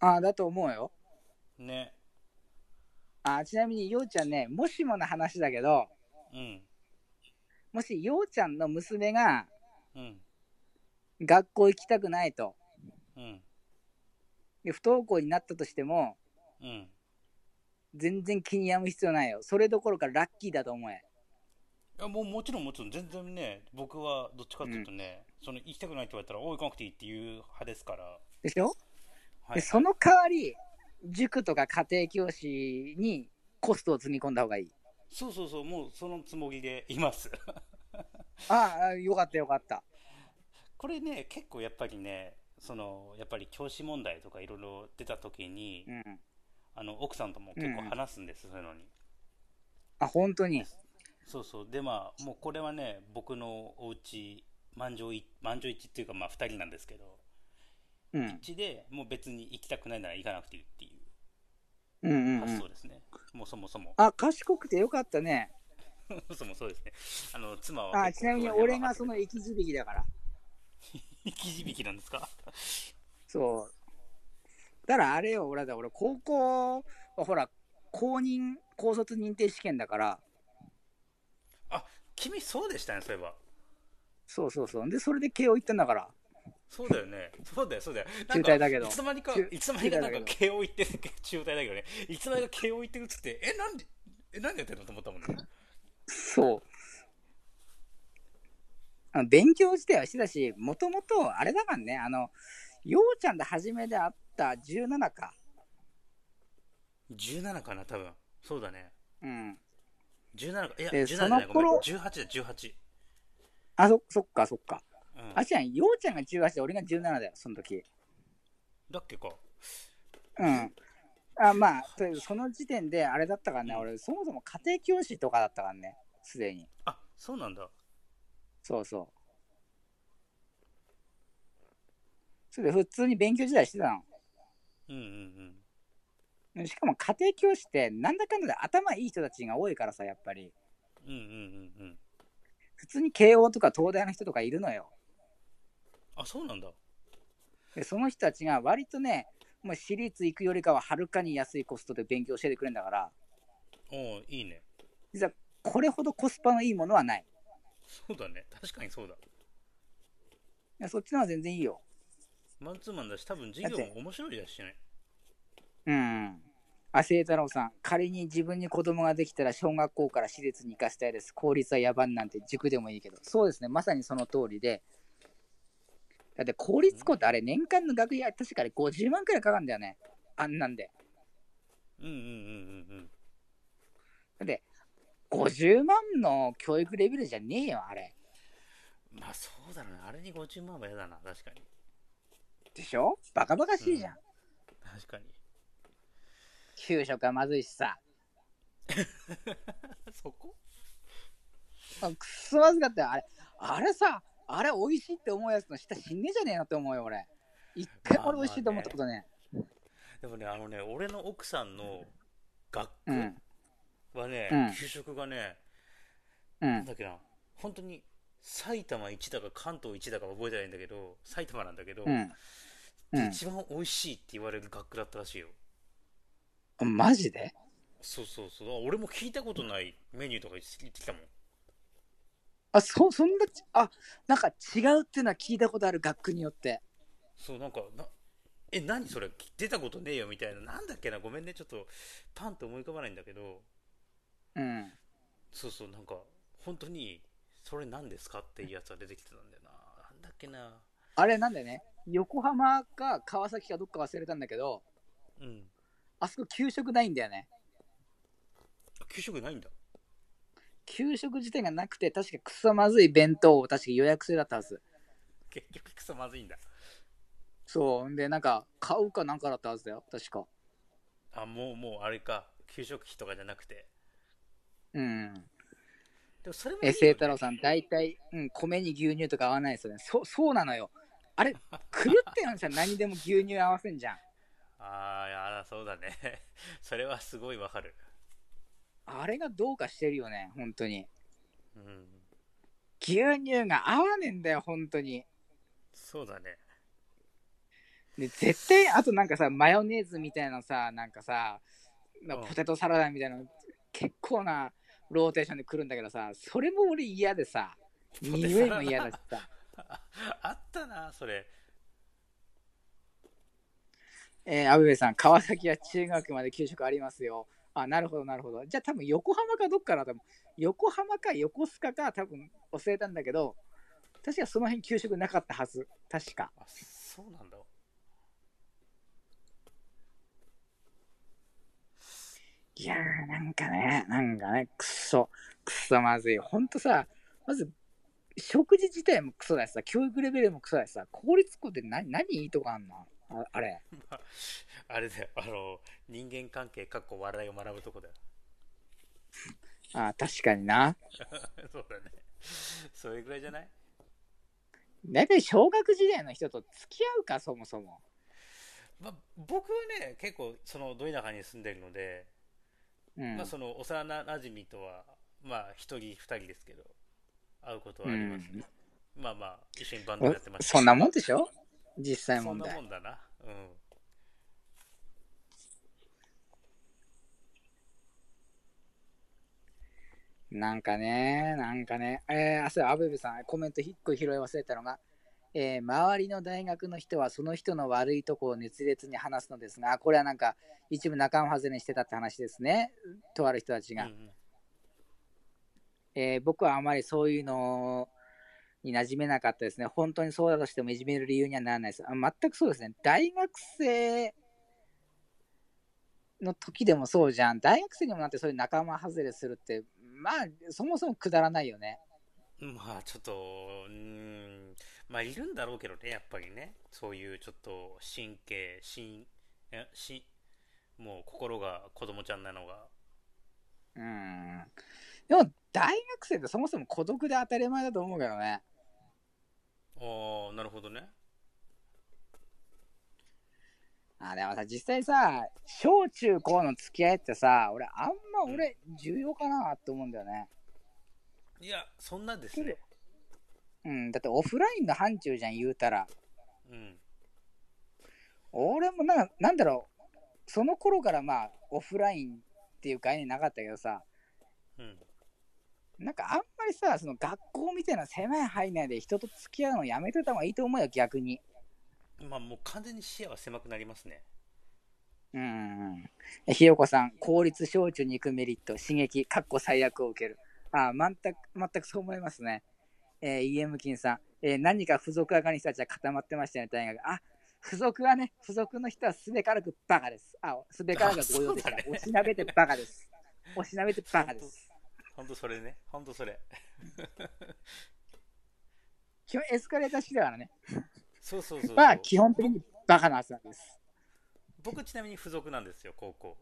[SPEAKER 1] あ、だと思うよ。
[SPEAKER 2] ね。
[SPEAKER 1] あ、ちなみに、ようちゃんね、もしもの話だけど、
[SPEAKER 2] うん。
[SPEAKER 1] もしようちゃんの娘が
[SPEAKER 2] うん。
[SPEAKER 1] 学校行きたくないと、
[SPEAKER 2] うん。
[SPEAKER 1] で不登校になったとしても、
[SPEAKER 2] うん。
[SPEAKER 1] 全然気に病む必要ないよ。それどころかラッキーだと思え。
[SPEAKER 2] いやもうもちろんもちろん全然ね僕はどっちかっていうとね、その行きたくないって言われたら「おい行かなくていい」っていう派ですから、は
[SPEAKER 1] でしょ、
[SPEAKER 2] い
[SPEAKER 1] でその代わり、塾とか家庭教師にコストを積み込んだ方がいい。
[SPEAKER 2] そうそうそうもうそのつもりでいます
[SPEAKER 1] ああ、よかったよかった。
[SPEAKER 2] これね結構やっぱりねそのやっぱり教師問題とかいろいろ出た時に、
[SPEAKER 1] うん。
[SPEAKER 2] あの奥さんとも結構話すんです、そういうのに
[SPEAKER 1] あ、本当に。
[SPEAKER 2] そうそうでまあもうこれはね僕のお家満場い満場一致っていうかまあ2人なんですけど
[SPEAKER 1] うん。
[SPEAKER 2] 一致でもう別に行きたくないなら行かなくていいっていう
[SPEAKER 1] うんうん、う
[SPEAKER 2] 発
[SPEAKER 1] ん
[SPEAKER 2] 想。ですね、もうそもそも
[SPEAKER 1] あ、賢くてよかったね。
[SPEAKER 2] そもそうですね。あの妻は
[SPEAKER 1] あ、
[SPEAKER 2] 結
[SPEAKER 1] ち
[SPEAKER 2] 構
[SPEAKER 1] なみに俺がその生き字引だから。
[SPEAKER 2] 生き字引なんですか。
[SPEAKER 1] そう。だからあれよ、俺だ、俺、高校、ほら、公認、高卒認定試験だから、
[SPEAKER 2] あ、君そうでしたね。そういえば。
[SPEAKER 1] そうそうそう。で、それで慶応行ったんだから。
[SPEAKER 2] そうだよね。そうだよそうだよ。
[SPEAKER 1] 中退だけど
[SPEAKER 2] いつの間にか
[SPEAKER 1] 中
[SPEAKER 2] いつの間にかなん
[SPEAKER 1] 中退
[SPEAKER 2] か
[SPEAKER 1] だけ
[SPEAKER 2] 慶応行って る中退だけどね。いつの間にか慶応行ってるっつってえなんでえなんでやってるのと思ったもんね。
[SPEAKER 1] そう。あの勉強自体はしてたし、もともと、あれだからね、あの、ようちゃんで初めで会った17か。
[SPEAKER 2] 十七かな多分。そうだね。
[SPEAKER 1] うん。
[SPEAKER 2] 十七かいや
[SPEAKER 1] で
[SPEAKER 2] 十七じゃない
[SPEAKER 1] その
[SPEAKER 2] ごめ
[SPEAKER 1] 頃
[SPEAKER 2] ん。十八だ十八。
[SPEAKER 1] あ、そ、そっか、そっか。
[SPEAKER 2] うん。
[SPEAKER 1] あ、違う、ようちゃんが18で、俺が17だよ、その時。
[SPEAKER 2] だっけか。
[SPEAKER 1] うん。あまあ、とりあえずその時点であれだったからね、
[SPEAKER 2] うん
[SPEAKER 1] 俺、そもそも家庭教師とかだったからね、すでに。
[SPEAKER 2] あ、そうなんだ。
[SPEAKER 1] そうそう。それで普通に勉強時代してた
[SPEAKER 2] うんうんうん。
[SPEAKER 1] の。しかも家庭教師って、なんだかんだで頭いい人たちが多いからさ、やっぱり。
[SPEAKER 2] うんうんうんうん。
[SPEAKER 1] 普通に慶応とか東大の人とかいるのよ。
[SPEAKER 2] あ、そうなんだ。
[SPEAKER 1] で、その人たちが割とね、もう私立行くよりかははるかに安いコストで勉強しててくれるんだから、
[SPEAKER 2] おおいいね。
[SPEAKER 1] 実はこれほどコスパのいいものはない。
[SPEAKER 2] そうだね。確かにそうだ。
[SPEAKER 1] でそっちの方が全然いいよ。
[SPEAKER 2] マンツーマンだし、多分授業
[SPEAKER 1] だっ
[SPEAKER 2] も面白いだしね。
[SPEAKER 1] うん。あ、清太郎さん、仮に自分に子供ができたら小学校から私立に行かせたいです。公立は野蛮なんて塾でもいいけど。そうですね、まさにその通りで。だって公立校ってあれ、年間の学費は確かに50万くらいかかるんだよね。あんなんで。
[SPEAKER 2] うんうんうんうんうん。
[SPEAKER 1] だって、50万の教育レベルじゃねえよ、あれ。
[SPEAKER 2] まあそうだろうね。あれに50万は嫌だな。確かに。
[SPEAKER 1] でしょバカバカしいじゃん。
[SPEAKER 2] 確かに。
[SPEAKER 1] 給食はまずいしさ。
[SPEAKER 2] そこ
[SPEAKER 1] あくっそまずかったよ、あれ。あれさ、あれ美味しいって思うやつの下死んねえじゃねえなって思うよ、俺。一回も俺美味しいと思ったことね。
[SPEAKER 2] でもね、あのね、俺の奥さんの学
[SPEAKER 1] うん
[SPEAKER 2] 校。はね、
[SPEAKER 1] うん
[SPEAKER 2] 給食がね、
[SPEAKER 1] う
[SPEAKER 2] なん
[SPEAKER 1] ん。
[SPEAKER 2] だっけな、本当に埼玉一だか関東一だか覚えてないんだけど、埼玉なんだけど、
[SPEAKER 1] うん。うん
[SPEAKER 2] 一番美味しいって言われる学区だったらしいよ。
[SPEAKER 1] あマジで
[SPEAKER 2] そうそうそう。あ俺も聞いたことないメニューとか言ってきたもん。
[SPEAKER 1] あ、そ、そんなち、あ、なんか違うっていうのは聞いたことある、学区によって。
[SPEAKER 2] そうなんかなえ何それ出たことねえよみたいななんだっけなごめんねちょっとパンと思い浮かばないんだけど
[SPEAKER 1] うん。
[SPEAKER 2] そうそうなんか本当にそれ何ですかっていうやつが出てきてたんだよななんだっけな
[SPEAKER 1] あれなんだよね。横浜か川崎かどっか忘れたんだけど、
[SPEAKER 2] うん
[SPEAKER 1] あそこ給食ないんだよね。
[SPEAKER 2] 給食ないんだ
[SPEAKER 1] 給食自体がなくて、確かクソまずい弁当を確か予約制だったはず。
[SPEAKER 2] 結局クソまずいんだ
[SPEAKER 1] そう。んで、なんか、買うかなんかだったはずだよ。確か。
[SPEAKER 2] あもうもうあれか給食費とかじゃなくて
[SPEAKER 1] うん。
[SPEAKER 2] でもそれもいい
[SPEAKER 1] え、
[SPEAKER 2] よ、
[SPEAKER 1] 聖
[SPEAKER 2] ね、
[SPEAKER 1] 太郎さん、大体、うん、米に牛乳とか合わないですよね。そう、そうなのよ。あれ、狂ったようにさ、何でも牛乳合わせんじゃん。
[SPEAKER 2] あーいやあらそうだね それはすごいわかる
[SPEAKER 1] あれがどうかしてるよね、本当に。
[SPEAKER 2] うん
[SPEAKER 1] 牛乳が合わねえんだよ、本当に。
[SPEAKER 2] そうだね
[SPEAKER 1] で、絶対、あとなんかさ、マヨネーズみたいなさ、なんかさ、
[SPEAKER 2] うん
[SPEAKER 1] ポテトサラダみたいなの、結構なローテーションで来るんだけどさ、それも俺嫌でさ、匂いも嫌だしさ。
[SPEAKER 2] ああったなそれ
[SPEAKER 1] えー、阿部さん、川崎は中学まで給食ありますよ。あ、なるほど、なるほど。じゃあ多分横浜かどっかな、多分横浜か横須賀か、多分忘れたんだけど、確かその辺給食なかったはず。確か。
[SPEAKER 2] あそうなんだ
[SPEAKER 1] いやー、なんかね、なんかね、くそ、くそまずい。ほんとさ、まず、食事自体もクソだしさ、教育レベルもクソだしさ、公立校って何、何いいとこあんのああれ。
[SPEAKER 2] あれだよあの人間関係かっこ笑いを学ぶとこだよ
[SPEAKER 1] あ、確かにな。
[SPEAKER 2] そうだねそれぐらいじゃない
[SPEAKER 1] だいたい小学時代の人と付き合うか、そもそも。
[SPEAKER 2] まあ、僕はね結構そのど田舎に住んでるので、
[SPEAKER 1] うん。
[SPEAKER 2] まあその幼なじみとはまあ1人2人ですけど会うことはありますね、まあまあ一緒にバンドやってました
[SPEAKER 1] そんなもんでしょ実際
[SPEAKER 2] そ
[SPEAKER 1] 問
[SPEAKER 2] んなも
[SPEAKER 1] 題
[SPEAKER 2] んだなうん
[SPEAKER 1] なんかねなんかねえー、あそうアベベさんコメント一個拾い忘れたのが、えー周りの大学の人はその人の悪いとこを熱烈に話すのですがこれはなんか一部仲間外れにしてたって話ですねとある人たち
[SPEAKER 2] うん
[SPEAKER 1] が、
[SPEAKER 2] うん
[SPEAKER 1] えー僕はあまりそういうのに馴染めなかったですね。本当にそうだとしてもいじめる理由にはならないです。あ全くそうですね。大学生の時でもそうじゃん。大学生にもなってそういう仲間外れするって、まあ、そもそもくだらないよね。
[SPEAKER 2] まあちょっとうーんまあいるんだろうけどねやっぱりねそういうちょっと神経神えしもう心が子供ちゃんなのが
[SPEAKER 1] うん。でも、大学生ってそもそも孤独で当たり前だと思うけどね。
[SPEAKER 2] ああなるほどね
[SPEAKER 1] あでもさ、実際さ、小中高の付き合いってさ、俺、あんま俺、重要かなって思うんだよね。
[SPEAKER 2] いやそんなですね
[SPEAKER 1] うん、だってオフラインの範疇じゃん、言うたら。
[SPEAKER 2] うん
[SPEAKER 1] 俺もな、なんだろう、その頃からまあ、オフラインっていう概念なかったけどさ、
[SPEAKER 2] うん
[SPEAKER 1] なんかあんまりさ、その学校みたいな狭い範囲内で人と付き合うのやめてた方がいいと思うよ、逆に。
[SPEAKER 2] まあもう完全に視野は狭くなりますね。
[SPEAKER 1] うん。えひよこさん、公立小中に行くメリット、刺激、かっこ最悪を受ける。あ全く、全くそう思いますね。えー、イエムキンさん、えー何か付属上がりの人たちは固まってましたよね、大学。あ、付属はね、付属の人はすべからくバカです。あ、すべからくご用でした
[SPEAKER 2] あそうだね。
[SPEAKER 1] おしなべてバカです。おしなべてバカです。
[SPEAKER 2] ほんとそれね。ほんとそれ。
[SPEAKER 1] 基本エスカレーター式だからね。
[SPEAKER 2] そうそうそうそう。
[SPEAKER 1] まあ、基本的にバカなはずなんです。
[SPEAKER 2] 僕ちなみに付属なんですよ、高校。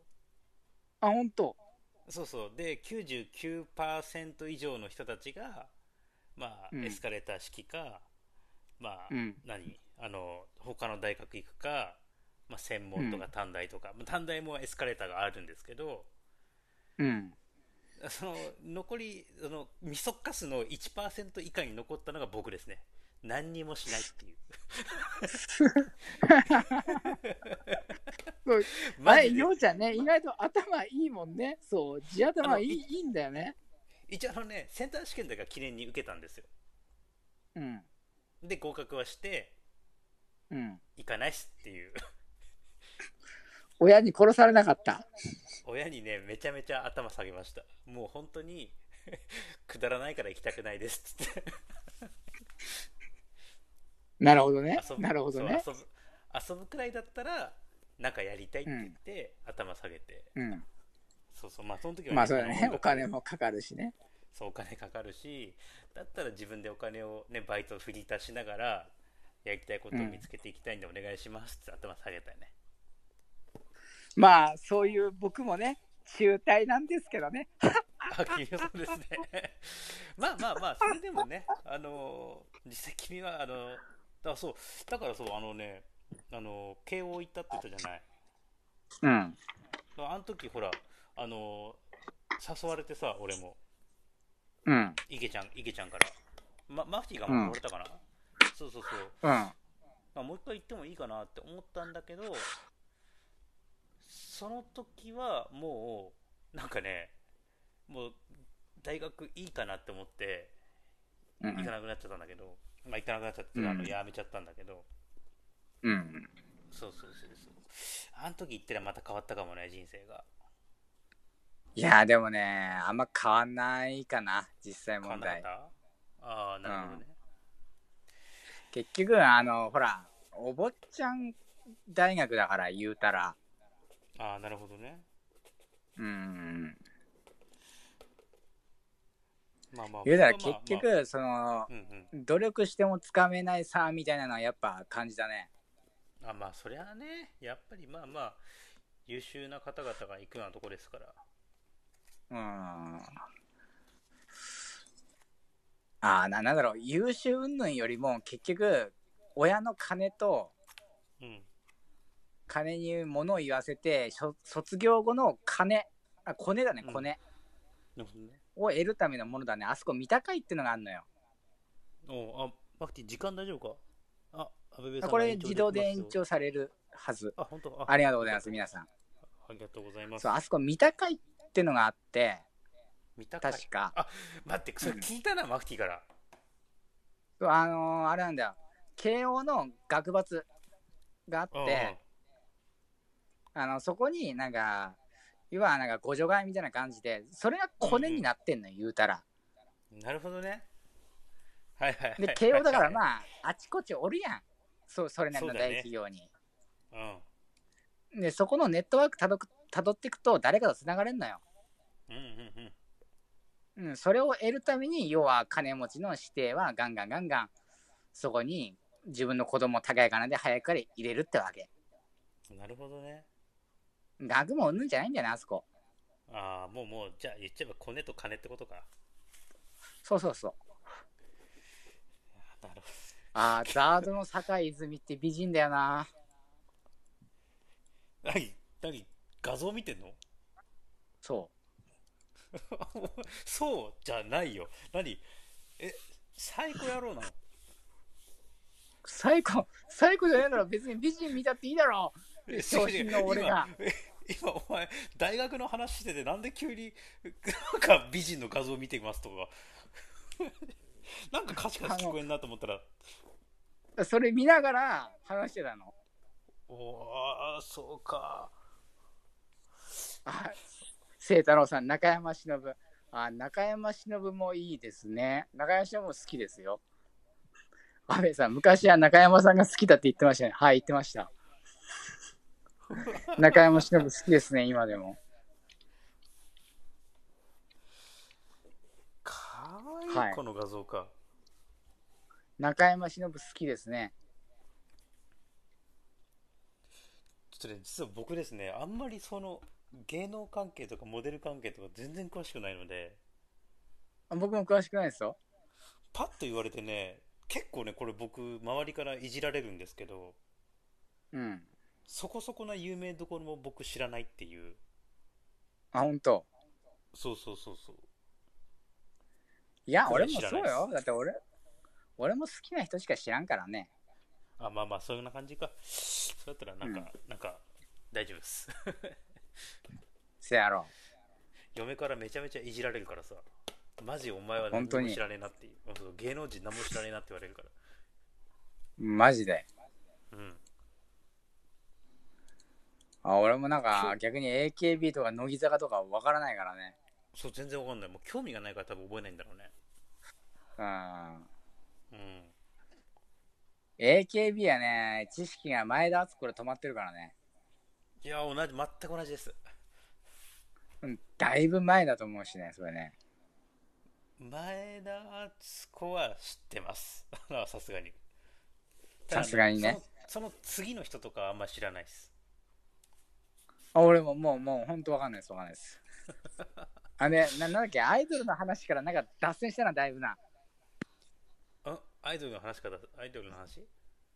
[SPEAKER 1] あ、本当。
[SPEAKER 2] そうそう。で、99%以上の人たちが、まあ、
[SPEAKER 1] うん
[SPEAKER 2] エスカレーター式か、まあ、
[SPEAKER 1] うん
[SPEAKER 2] 何あの、他の大学行くか、まあ、専門とか短大とか、まあ短大もエスカレーターがあるんですけど、
[SPEAKER 1] うん。
[SPEAKER 2] その残り、その、みそかすの1%以下に残ったのが僕ですね。何にもしないっ ていう。
[SPEAKER 1] そうあ
[SPEAKER 2] マ
[SPEAKER 1] れ、
[SPEAKER 2] ジで
[SPEAKER 1] ようちゃんね、意外と頭いいもんね。そう、地頭い
[SPEAKER 2] あの
[SPEAKER 1] いいいんだよね。
[SPEAKER 2] 一応あのねセンター試験だけは記念に受けたんですよ
[SPEAKER 1] うん。
[SPEAKER 2] で合格はして
[SPEAKER 1] うん。
[SPEAKER 2] 行かないっすっていう
[SPEAKER 1] 親に殺されなかった。
[SPEAKER 2] 親にねめちゃめちゃ頭下げましたもう本当に くだらないから行きたくないですっつって
[SPEAKER 1] なるほどね
[SPEAKER 2] 遊。ぶ
[SPEAKER 1] なるほどね。
[SPEAKER 2] そう遊ぶ遊ぶくらいだったらなんかやりたいって言って、頭下げて
[SPEAKER 1] うん。
[SPEAKER 2] そうそうまあその時は、
[SPEAKER 1] まあそうだ
[SPEAKER 2] あ
[SPEAKER 1] ね。
[SPEAKER 2] の
[SPEAKER 1] お金もかかるしね。
[SPEAKER 2] そうお金かかるしだったら自分でお金をねバイトを振り足しながらやりたいことを見つけていきたいんでお願いしますって頭下げたよ ね、
[SPEAKER 1] まあ、そういう僕もね、中退なんですけどね。
[SPEAKER 2] あ君はそうですね まあまあまあそれでもねあのー実際君はあのーだからそうだからそうあのねあのー慶応行ったって言ったじゃない
[SPEAKER 1] うん。
[SPEAKER 2] あの時ほらあのー誘われてさ俺も
[SPEAKER 1] うん。
[SPEAKER 2] イケちゃんイケちゃんから、ま、マフティーがもう来れたかな、そうそうそう
[SPEAKER 1] うん。
[SPEAKER 2] まあ、もう一回行ってもいいかなって思ったんだけどその時はもうなんかねもう大学いいかなって思って
[SPEAKER 1] う
[SPEAKER 2] 行か
[SPEAKER 1] ん。
[SPEAKER 2] なくなっちゃったんだけど、まあ行かなくなっちゃって、あの
[SPEAKER 1] うん
[SPEAKER 2] やめちゃったんだけど
[SPEAKER 1] うん。
[SPEAKER 2] そうそうそうそうあの時行ったらまた変わったかもね人生が
[SPEAKER 1] いや、でもね、あんま変わんないかな、実際
[SPEAKER 2] 変わん
[SPEAKER 1] 問
[SPEAKER 2] なかっ
[SPEAKER 1] 題。
[SPEAKER 2] たああなるほどね、
[SPEAKER 1] 結局、あの、ほら、お坊ちゃん大学だから言うたら、
[SPEAKER 2] ああなるほどね
[SPEAKER 1] うん。
[SPEAKER 2] まあまあ
[SPEAKER 1] 言うたら
[SPEAKER 2] まあ
[SPEAKER 1] 結
[SPEAKER 2] まあ
[SPEAKER 1] 局、その、
[SPEAKER 2] うんうん
[SPEAKER 1] 努力してもつかめないさ、みたいなのはやっぱ感じたね。
[SPEAKER 2] あまあそりゃあねやっぱりまあまあ優秀な方々が行くようなとこですから
[SPEAKER 1] うん。ああ、ななんだろう、優秀云々よりも、結局、親の金と
[SPEAKER 2] うん
[SPEAKER 1] 金に物を言わせて、しょ卒業後の金、あ、コネだね、
[SPEAKER 2] うん
[SPEAKER 1] コネ、
[SPEAKER 2] なるほどね
[SPEAKER 1] を得るためのものだね。あそこ、三高いってのがあるのよ。
[SPEAKER 2] おうあマキティ時間大丈夫かあ阿部部さ
[SPEAKER 1] あ
[SPEAKER 2] ん
[SPEAKER 1] こ
[SPEAKER 2] が
[SPEAKER 1] れ、
[SPEAKER 2] 延長
[SPEAKER 1] 自動で
[SPEAKER 2] き
[SPEAKER 1] 延
[SPEAKER 2] ますよ
[SPEAKER 1] 長されるはず。
[SPEAKER 2] あ本当あ
[SPEAKER 1] ありがとうございます、皆さん。
[SPEAKER 2] ありがとうございます
[SPEAKER 1] そう、あそこ、三高いってのがあって、
[SPEAKER 2] 見たかい
[SPEAKER 1] 確か。
[SPEAKER 2] 待ってそれ聞いたなマキティから
[SPEAKER 1] そうあのーあれなんだよ。慶応の学閥があって、
[SPEAKER 2] うん
[SPEAKER 1] あのそこになんか要はなんかご助害みたいな感じでそれがコネになってんのよ言うたら
[SPEAKER 2] うんなるほどねはいはいはい
[SPEAKER 1] で慶応だから
[SPEAKER 2] あ
[SPEAKER 1] まああちこちおるやんそうそれなりの
[SPEAKER 2] そうだ
[SPEAKER 1] 大
[SPEAKER 2] ね
[SPEAKER 1] 企業に
[SPEAKER 2] うん
[SPEAKER 1] でそこのネットワークたどくたどっていくと誰かとつながれんのよ、
[SPEAKER 2] うんうんうん
[SPEAKER 1] うん、それを得るために要は金持ちの指定はガンガンガンガンそこに自分の子供を高い金で早くから入れるってわけ
[SPEAKER 2] なるほどね
[SPEAKER 1] 学問うんぬんじゃないんだよなあそこ
[SPEAKER 2] ああもうもうじゃあ言っちゃえばコネと金ってことか
[SPEAKER 1] そうそうそう
[SPEAKER 2] あなるほ
[SPEAKER 1] あーザードの坂井泉って美人だよな
[SPEAKER 2] ど 何何画像見てんの
[SPEAKER 1] そう
[SPEAKER 2] そうじゃないよ何え最高野郎なの
[SPEAKER 1] 最高、最高じゃないだろ、別に美人見たっていいだろ。
[SPEAKER 2] え
[SPEAKER 1] 昇進の俺が
[SPEAKER 2] 今え今お前大学の話しててなんで急になんか美人の画像見てますとかなんかカチカチ聞こえんなと思ったら
[SPEAKER 1] それ見ながら話してたの。
[SPEAKER 2] おおそうか
[SPEAKER 1] あ、清太郎さん、中山忍。あ、中山忍もいいですね。中山忍も好きですよ。安倍さん、昔は中山さんが好きだって言ってましたね。はい、言ってま した。中山忍好きですね、今でも。
[SPEAKER 2] かわいい、
[SPEAKER 1] はい
[SPEAKER 2] この画像か
[SPEAKER 1] 中山忍好きですね。
[SPEAKER 2] ちょっとね実は僕ですねあんまりその芸能関係とかモデル関係とか全然詳しくないので
[SPEAKER 1] あ僕も詳しくないですよ。
[SPEAKER 2] パッと言われてね結構ねこれ僕周りからいじられるんですけど
[SPEAKER 1] うん。
[SPEAKER 2] そこそこな有名どころも僕知らないっていう
[SPEAKER 1] あ、本当。
[SPEAKER 2] そうそうそうそう
[SPEAKER 1] いや、
[SPEAKER 2] これ
[SPEAKER 1] 俺も
[SPEAKER 2] 知ら
[SPEAKER 1] そ
[SPEAKER 2] ないうです
[SPEAKER 1] よ。だって俺、俺も好きな人しか知らんからね。
[SPEAKER 2] あまあまあそんな感じかそうだったらなんか、なんか大丈夫です
[SPEAKER 1] せやろ
[SPEAKER 2] 嫁からめちゃめちゃいじられるからさマジお前は何
[SPEAKER 1] 本当
[SPEAKER 2] も
[SPEAKER 1] に
[SPEAKER 2] 知らねえなっていううんそう芸能人何も知らねえなって言われるか
[SPEAKER 1] マジで。
[SPEAKER 2] らうん
[SPEAKER 1] あ俺もなん
[SPEAKER 2] そ
[SPEAKER 1] か逆に AKB とか乃木坂とかわからないからね。
[SPEAKER 2] そう全然わかんないもう興味がないから多分覚えないんだろうね
[SPEAKER 1] うん。
[SPEAKER 2] うん
[SPEAKER 1] AKB はね、知識が前田敦子で止まってるからね。
[SPEAKER 2] いや同じ全く同じです
[SPEAKER 1] うん、だいぶ前だと思うしね、それね。
[SPEAKER 2] 前田敦子は知ってます。 あのさすがに。
[SPEAKER 1] さすがにね
[SPEAKER 2] ただその。その次の人とかはあんま知らないです。
[SPEAKER 1] あ俺ももうもう本当わかんないですわかんないですあれななんだっけアイドルの話からなんか脱線したなだいぶなん
[SPEAKER 2] アイドルの話から、アイドルの話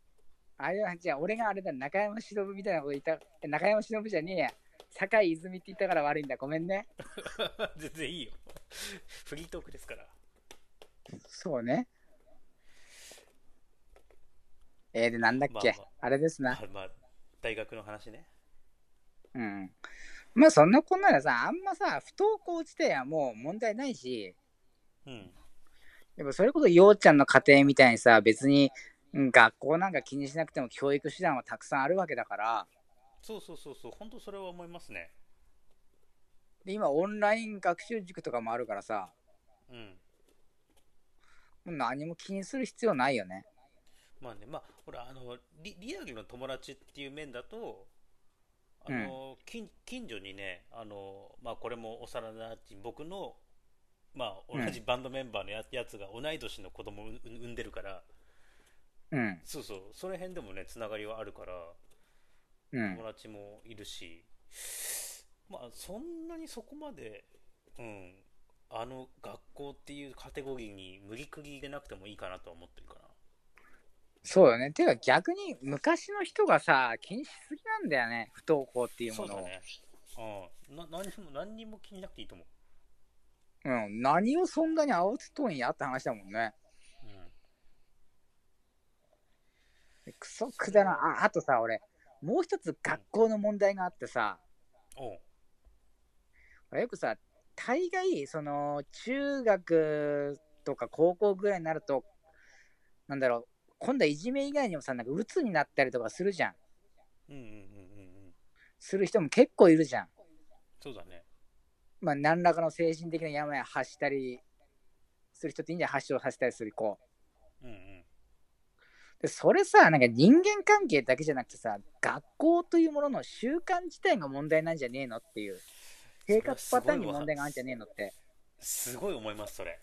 [SPEAKER 1] あれはじゃあ俺があれだ中山忍みたいなこと言ったえ中山忍じゃねえや酒井泉って言ったから悪いんだごめんね
[SPEAKER 2] 全然いいよ。 フリートークですから。
[SPEAKER 1] そうねえー、でなんだっけ、
[SPEAKER 2] まあま
[SPEAKER 1] あ、れですな
[SPEAKER 2] まあ、まあ、大学の話ね。
[SPEAKER 1] うんまあそんなこんならさあんまさ不登校自体はもう問題ないし
[SPEAKER 2] うん。
[SPEAKER 1] でもそれこそようちゃんの家庭みたいにさ別にうん学校なんか気にしなくても教育手段はたくさんあるわけだから
[SPEAKER 2] そうそうそうそう、本当それは思いますね。
[SPEAKER 1] で今オンライン学習塾とかもあるからさ
[SPEAKER 2] うん。
[SPEAKER 1] もう何も気にする必要ないよね
[SPEAKER 2] まあね、まあ、ほら、あの、リリアルの友達っていう面だと、あの、近近所にね、あの、まあ、これも幼なじみ、僕の、まあ、同じバンドメンバーのや,、やつが同い年の子供を産産んでるから、
[SPEAKER 1] うん
[SPEAKER 2] そうそう、その辺でもね、つながりはあるから、
[SPEAKER 1] うん
[SPEAKER 2] 友達もいるし、まあ、そんなにそこまで、うん、あの学校っていうカテゴリーに無理くり入れなくてもいいかなとは思ってるかな。
[SPEAKER 1] そうよねていうか逆に昔の人がさ気にしすぎなんだよね不登校っていう
[SPEAKER 2] そ
[SPEAKER 1] も
[SPEAKER 2] う
[SPEAKER 1] の
[SPEAKER 2] だ
[SPEAKER 1] をう、
[SPEAKER 2] ね。うん、な何にも何にも気になくていいと思う。
[SPEAKER 1] ん、何をそんなに慌てとんやって話だもんねクソくだらんああとさ俺もう一つ学校の問題があってさ、
[SPEAKER 2] うん。おう
[SPEAKER 1] よくさ大概その中学とか高校ぐらいになるとなんだろう今度はいじめ以外にもさなんか鬱になったりとかするじゃん
[SPEAKER 2] うんうんうんうんうん。
[SPEAKER 1] する人も結構いるじゃん、
[SPEAKER 2] そうだね。
[SPEAKER 1] まあ、何らかの精神的な病を発したりする人っていいんじゃん発症させたりする子
[SPEAKER 2] うんうん。
[SPEAKER 1] でそれさなんか人間関係だけじゃなくてさ学校というものの習慣自体が問題なんじゃねえのっていう生活パターンに問題があるんじゃねえのって
[SPEAKER 2] すごい思います、それ。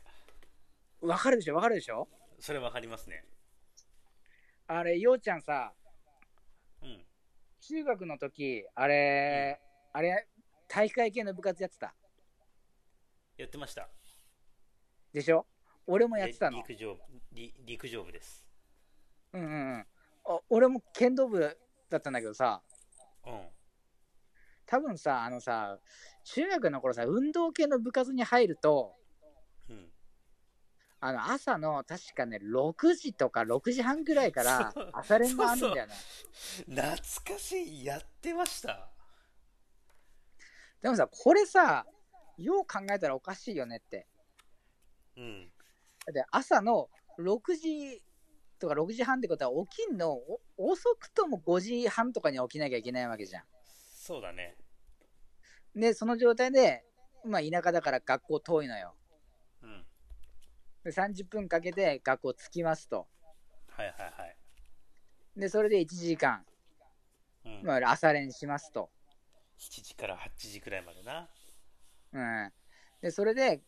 [SPEAKER 1] わかるでしょわかるでしょ
[SPEAKER 2] それわかりますね。
[SPEAKER 1] あれようちゃんさ
[SPEAKER 2] うん。
[SPEAKER 1] 中学の時あれ、あれ体育会系の部活やってた
[SPEAKER 2] やってました。
[SPEAKER 1] でしょ俺もやってたの
[SPEAKER 2] 陸上部、り陸上部です。
[SPEAKER 1] うんうんうんあ俺も剣道部だったんだけどさ
[SPEAKER 2] うん。
[SPEAKER 1] 多分さあのさ中学の頃さ運動系の部活に入ると
[SPEAKER 2] うん。
[SPEAKER 1] あの朝の確かね6時とか6時半ぐらいから
[SPEAKER 2] そう
[SPEAKER 1] 朝練があるんだよね
[SPEAKER 2] 懐かしい、やってました。
[SPEAKER 1] でもさこれさよう考えたらおかしいよねって
[SPEAKER 2] うん。
[SPEAKER 1] だって朝の6時とか6時半ってことは起きんのお遅くとも5時半とかには起きなきゃいけないわけじゃ
[SPEAKER 2] そうだね。
[SPEAKER 1] ん。でその状態で、まあ、田舎だから学校遠いのよ。
[SPEAKER 2] うん。
[SPEAKER 1] で30分かけて学校着きますと。
[SPEAKER 2] はいはいはい。
[SPEAKER 1] でそれで1時間、
[SPEAKER 2] うん。
[SPEAKER 1] まあ、朝練しますと。
[SPEAKER 2] 7時から8時くらいまでな。
[SPEAKER 1] うん、でそれで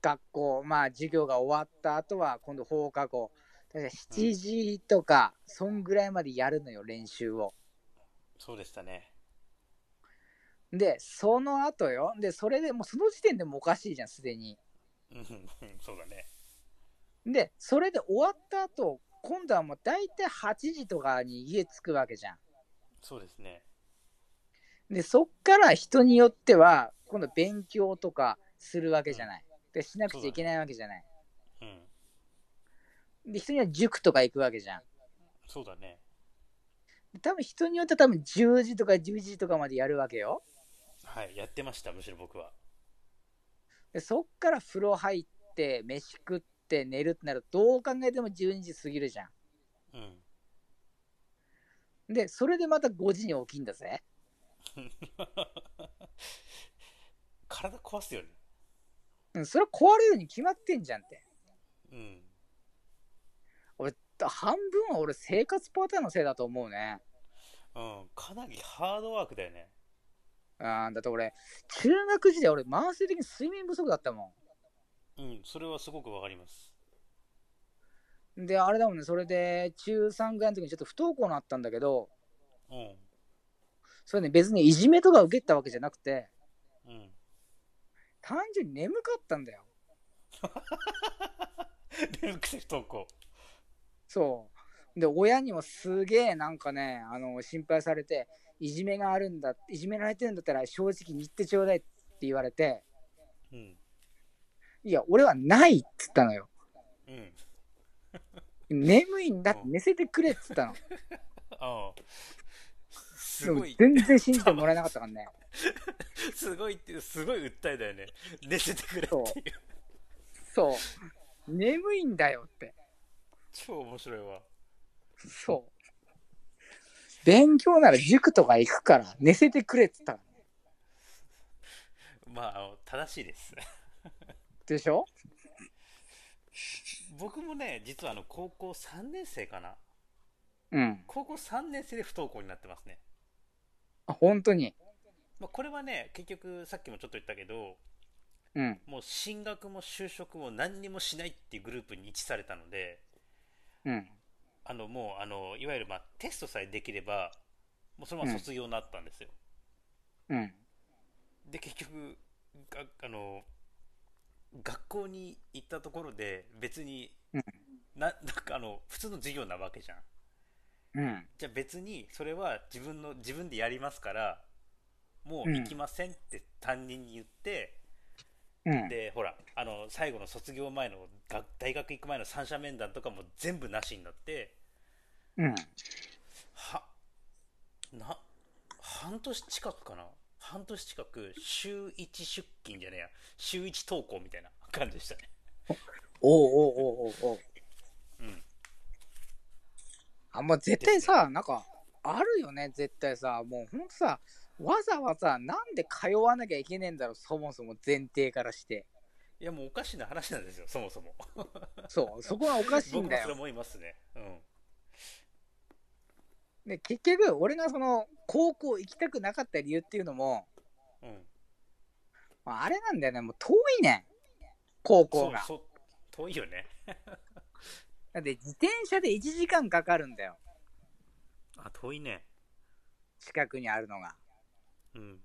[SPEAKER 1] 学校、まあ、授業が終わった後は今度放課後確か7時とか、そんぐらいまでやるのよ練習を。
[SPEAKER 2] そうでしたね。
[SPEAKER 1] で、その後よ。で、それでもうその時点でもうおかしいじゃん、すでに。
[SPEAKER 2] うんうん、そうだね。
[SPEAKER 1] で、それで終わった後、今度はもう大体8時とかに家着くわけじゃ
[SPEAKER 2] そうですね。
[SPEAKER 1] ん。で、そっから人によっては、今度勉強とかするわけじゃない。で、しなくちゃいけないわけじゃない。
[SPEAKER 2] うん。
[SPEAKER 1] で、人には塾とか行くわけじゃん。
[SPEAKER 2] そうだね。
[SPEAKER 1] で多分人によっては多分10時とか11時とかまでやるわけよ。
[SPEAKER 2] はい、やってました、むしろ僕は。
[SPEAKER 1] で、そっから風呂入って、飯食って寝るってなると、どう考えても12時過ぎるじゃ
[SPEAKER 2] うん。
[SPEAKER 1] ん。で、それでまた5時に起きんだぜ。
[SPEAKER 2] 体壊すよね。
[SPEAKER 1] うん、それは壊れるに決まってんじゃんって。
[SPEAKER 2] うん。
[SPEAKER 1] 半分は俺生活パターンのせいだと思うね。
[SPEAKER 2] うん、かなりハードワークだよね。
[SPEAKER 1] うん、だって俺、中学時代俺慢性的に睡眠不足だったも
[SPEAKER 2] うん、それはすごくわかります。
[SPEAKER 1] で、あれだもんね、それで中3ぐらいの時にちょっと不登校になったんだけど、
[SPEAKER 2] うん。
[SPEAKER 1] それね、別にいじめとか受けたわけじゃなくて、
[SPEAKER 2] うん。
[SPEAKER 1] 単純に眠かったんだよ。
[SPEAKER 2] で、不登校。
[SPEAKER 1] そう。で、親にもすげえなんかね、あの、心配されて、いじめがあるんだ、いじめられてるんだったら正直に言ってちょうだいって言われて、
[SPEAKER 2] うん。
[SPEAKER 1] いや、俺はないって言ったのよ。
[SPEAKER 2] うん。
[SPEAKER 1] 眠いんだって寝せてくれって言ったの。
[SPEAKER 2] ああ。 す
[SPEAKER 1] でも
[SPEAKER 2] ごい、
[SPEAKER 1] 全然信じてもらえなかったから ね。
[SPEAKER 2] すごいって、すごい訴えだよね。寝せてくれっていう。
[SPEAKER 1] そう。眠いんだよって。
[SPEAKER 2] 超面白いわ。
[SPEAKER 1] そう。勉強なら塾とか行くから寝せてくれって言ったの
[SPEAKER 2] まああの、正しいです。
[SPEAKER 1] でしょ
[SPEAKER 2] 僕もね、実はあの、高校3年生かな。
[SPEAKER 1] うん。
[SPEAKER 2] 高校3年生で不登校になってますね。
[SPEAKER 1] あ本当に。
[SPEAKER 2] まあ、これはね、結局、さっきもちょっと言ったけど、
[SPEAKER 1] うん。
[SPEAKER 2] もう進学も就職も何にもしないっていうグループに位置されたので、
[SPEAKER 1] うん。
[SPEAKER 2] あのもうあのいわゆる、まあ、テストさえできればもうそのまま卒業になったんですよ、
[SPEAKER 1] うん。
[SPEAKER 2] で結局があの学校に行ったところで別に、
[SPEAKER 1] うん
[SPEAKER 2] ななんかあの普通の授業なわけじゃん
[SPEAKER 1] うん。
[SPEAKER 2] じゃあ別にそれは自分の自分でやりますからもう行きませんって担任に言って、
[SPEAKER 1] うん。
[SPEAKER 2] でほらあの最後の卒業前のが大学行く前の三者面談とかも全部なしになって
[SPEAKER 1] うん。
[SPEAKER 2] はな半年近くかな半年近く週1出勤じゃねえや週1登校みたいな 感じでしたね
[SPEAKER 1] おうおうおうおうおう。
[SPEAKER 2] うん
[SPEAKER 1] あ、まあ、絶対さ、なんか、あるよね、絶対さ。もうほんとさ、わざわざなんで通わなきゃいけねえんだろう、そもそも前提からして。
[SPEAKER 2] いやもうおかしな話なんですよそもそも
[SPEAKER 1] そう、そこがおかしいん
[SPEAKER 2] 僕も
[SPEAKER 1] だ
[SPEAKER 2] そ
[SPEAKER 1] よ。
[SPEAKER 2] れ思いますねうん
[SPEAKER 1] で、結局、俺がその、高校行きたくなかった理由っていうのも、
[SPEAKER 2] うん
[SPEAKER 1] まああれなんだよね、もう遠いねん。高校が。
[SPEAKER 2] そうそう遠いよね
[SPEAKER 1] だって自転車で1時間かかるんだよ、
[SPEAKER 2] あ遠いね
[SPEAKER 1] 近くにあるのが。
[SPEAKER 2] うん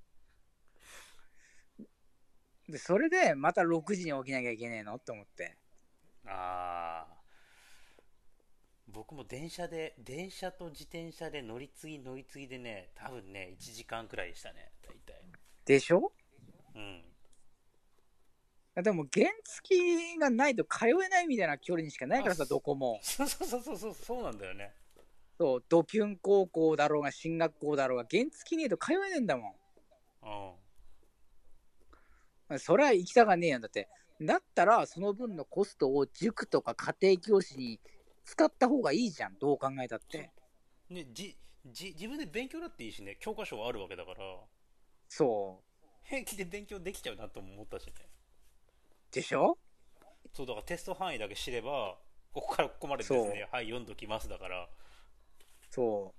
[SPEAKER 1] で、それでまた6時に起きなきゃいけねえのと思って。
[SPEAKER 2] ああ僕も電車で電車と自転車で乗り継ぎ乗り継ぎでね多分ね1時間くらいでしたね大体
[SPEAKER 1] でしょ
[SPEAKER 2] うん
[SPEAKER 1] でも原付がないと通えないみたいな距離にしかないからさ、
[SPEAKER 2] あ
[SPEAKER 1] どこも。
[SPEAKER 2] そうそうそうそうそうなんだよね
[SPEAKER 1] そう、ドキュン高校だろうが、進学校だろうが、原付ねえと通えねえんだも
[SPEAKER 2] うん
[SPEAKER 1] ん。それは行きたがねえやんだって。だったら、その分のコストを塾とか家庭教師に使った方がいいじゃん、どう考えたって。
[SPEAKER 2] ね、じじ自分で勉強だっていいしね教科書はあるわけだから
[SPEAKER 1] そ
[SPEAKER 2] 平気で勉強できちゃうなとも思ったしね
[SPEAKER 1] う。でしょ
[SPEAKER 2] そうだからテスト範囲だけ知ればここからここまでですねはい読んどきますだから
[SPEAKER 1] そ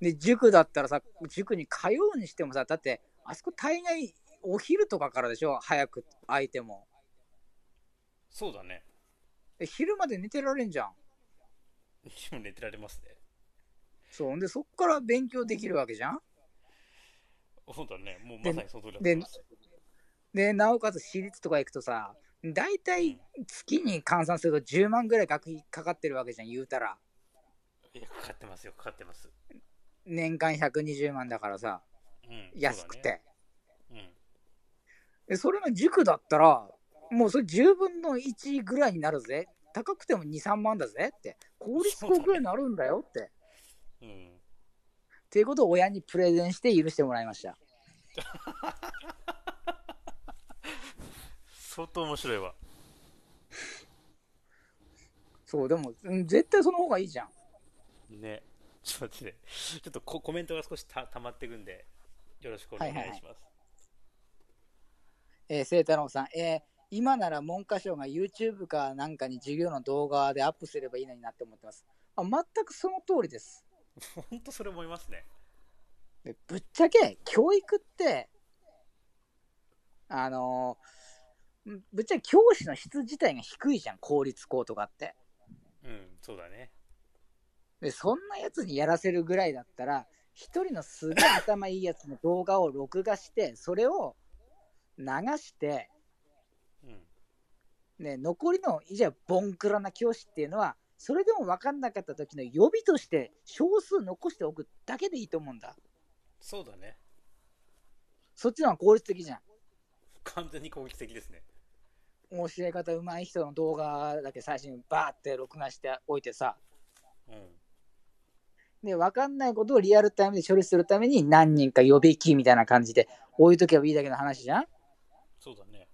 [SPEAKER 1] う。で、塾だったらさ、塾に通うにしてもさ、だって、あそこ大概お昼とかからでしょ、早く空いても。
[SPEAKER 2] そうだね
[SPEAKER 1] で昼まで寝てられんじゃん。
[SPEAKER 2] でも寝てられますね
[SPEAKER 1] そう。んで、そっから勉強できるわけじゃん。
[SPEAKER 2] そうだねもう
[SPEAKER 1] で
[SPEAKER 2] まさにその通りだと思います
[SPEAKER 1] で、なおかつ私立とか行くとさ、大体月に換算すると10万ぐらい学費かかってるわけじゃん、言うたら。
[SPEAKER 2] いやかかってますよかかってます
[SPEAKER 1] 年間120万だからさ、
[SPEAKER 2] うん
[SPEAKER 1] 安くて。
[SPEAKER 2] そうだね
[SPEAKER 1] でそれが塾だったら、もうそれ10分の1ぐらいになるぜ。高くても2、3万だぜって。公立校ぐらいになるんだよって。
[SPEAKER 2] うん、うん、
[SPEAKER 1] っていうことを親にプレゼンして許してもらいました。
[SPEAKER 2] 相当面白いわ
[SPEAKER 1] そう、でも、うん絶対その方がいいじゃん。
[SPEAKER 2] ね ちょっと待ってねちょっとココメントが少した溜まってくんでよろしくお願いします、
[SPEAKER 1] はいはいえー、清太郎さん、えー今なら文科省が YouTube かなんかに授業の動画でアップすればいいのになって思ってます。あ全くその通りです
[SPEAKER 2] 本当それ思いますね
[SPEAKER 1] でぶっちゃけ、教育って、あのーぶっちゃけ教師の質自体が低いじゃん、公立校とかって。
[SPEAKER 2] うん、そうだね。
[SPEAKER 1] で、そんなやつにやらせるぐらいだったら、一人のすげえ頭いいやつの動画を録画して、それを流して、
[SPEAKER 2] うん。
[SPEAKER 1] ね、残りの、じゃあ、ボンクラな教師っていうのは、それでも分かんなかった時の予備として少数残しておくだけでいいと思うんだ。
[SPEAKER 2] そうだね。
[SPEAKER 1] そっちの方が効率的じゃん。
[SPEAKER 2] 完全に攻撃的ですね。
[SPEAKER 1] 教え方うまい人の動画だけ最初にバーって録画しておいてさ、
[SPEAKER 2] うん。
[SPEAKER 1] で、分かんないことをリアルタイムで処理するために何人か予備機みたいな感じで置いとけばいいだけの話じゃん
[SPEAKER 2] そうだね。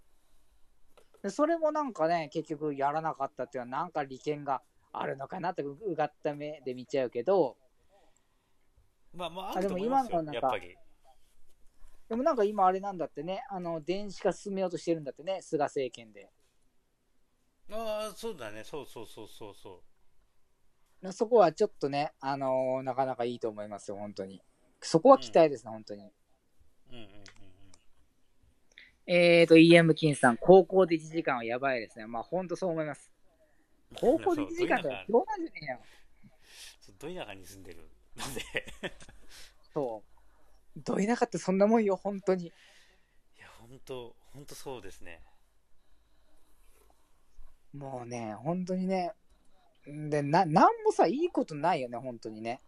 [SPEAKER 1] でそれもなんかね、結局やらなかったっていうのはなんか利権があるのかなってううがった目で見ちゃうけど、
[SPEAKER 2] まあまあ、
[SPEAKER 1] あ
[SPEAKER 2] あると思います
[SPEAKER 1] でも今のな
[SPEAKER 2] よ、
[SPEAKER 1] ん
[SPEAKER 2] やっ
[SPEAKER 1] か
[SPEAKER 2] ぱり。
[SPEAKER 1] でもなんか今あれなんだってね、あの、電子化進めようとしてるんだってね、菅政権で。
[SPEAKER 2] ああ、そうだね。そうそうそうそうそう。
[SPEAKER 1] そこはちょっとね、あのーなかなかいいと思いますよ、本当に。そこは期待ですね、本当に。
[SPEAKER 2] うんうんうん
[SPEAKER 1] えーと、イーエム・キンさん、高校で1時間はやばいですね。まあ、本当そう思います。高校で1時間ってどうなんじゃねえよ。
[SPEAKER 2] そうど田舎に住んでるので
[SPEAKER 1] そう。どいなかってそんなもんよ、本当に。
[SPEAKER 2] いや本当本当そうですね
[SPEAKER 1] もうね、本当にね。で、な、なんもさ、いいことないよね、本当にね。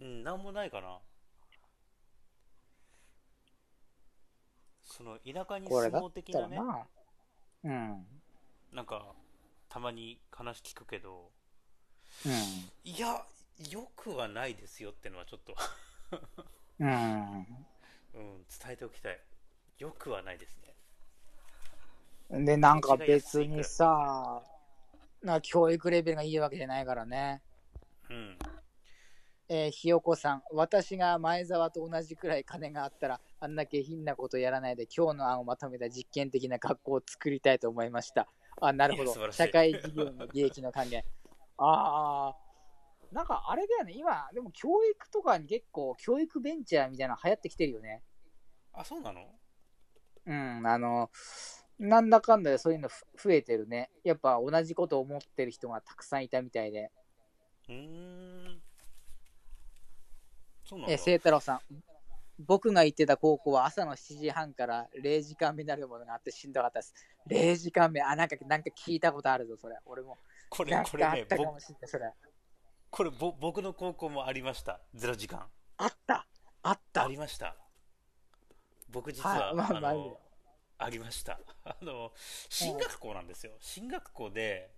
[SPEAKER 2] うん何もないかなその田舎に
[SPEAKER 1] こ
[SPEAKER 2] 相
[SPEAKER 1] れだ
[SPEAKER 2] 撲
[SPEAKER 1] っ
[SPEAKER 2] 的
[SPEAKER 1] たら
[SPEAKER 2] なね
[SPEAKER 1] な。うん。うん。
[SPEAKER 2] なんかたまに話聞くけどいやよくはないですよってのはちょっと、
[SPEAKER 1] う
[SPEAKER 2] うん、伝えておきたいよくはないですね
[SPEAKER 1] ん。で、なんか別にさ、な教育レベルがいいわけじゃないからね。
[SPEAKER 2] うん
[SPEAKER 1] えーひよこさん、私が前澤と同じくらい金があったら、あんな下品なことやらないで、今日の案をまとめた実験的な学校を作りたいと思いました。あ、なるほ
[SPEAKER 2] いや素晴
[SPEAKER 1] ど。
[SPEAKER 2] らしい
[SPEAKER 1] 社会事業の利益の還元。あー、なんかあれだよね、今、でも教育とかに結構、教育ベンチャーみたいなの流行ってきてるよね。
[SPEAKER 2] あそうなの
[SPEAKER 1] うん、あの、なんだかんだでそういうのふ増えてるね。やっぱ同じことを思ってる人がたくさんいたみたいで。
[SPEAKER 2] うーんそうなんだ
[SPEAKER 1] えー、清太郎さん。僕が行ってた高校は朝の7時半から0時間目になるものがあってしんどかったです。0時間目、あ、なんか、なんか聞いたことあるぞ、それ。俺も。
[SPEAKER 2] これ
[SPEAKER 1] なん
[SPEAKER 2] これ
[SPEAKER 1] かあっ
[SPEAKER 2] ね
[SPEAKER 1] たか
[SPEAKER 2] ぼ
[SPEAKER 1] もしれない、それ。
[SPEAKER 2] これぼ僕の高校もありましたゼロ時間
[SPEAKER 1] あったあった
[SPEAKER 2] ありました僕実は、
[SPEAKER 1] はいまあ
[SPEAKER 2] あ
[SPEAKER 1] まあいい
[SPEAKER 2] の
[SPEAKER 1] よ
[SPEAKER 2] ありました あの進学校なんですよ進学校で、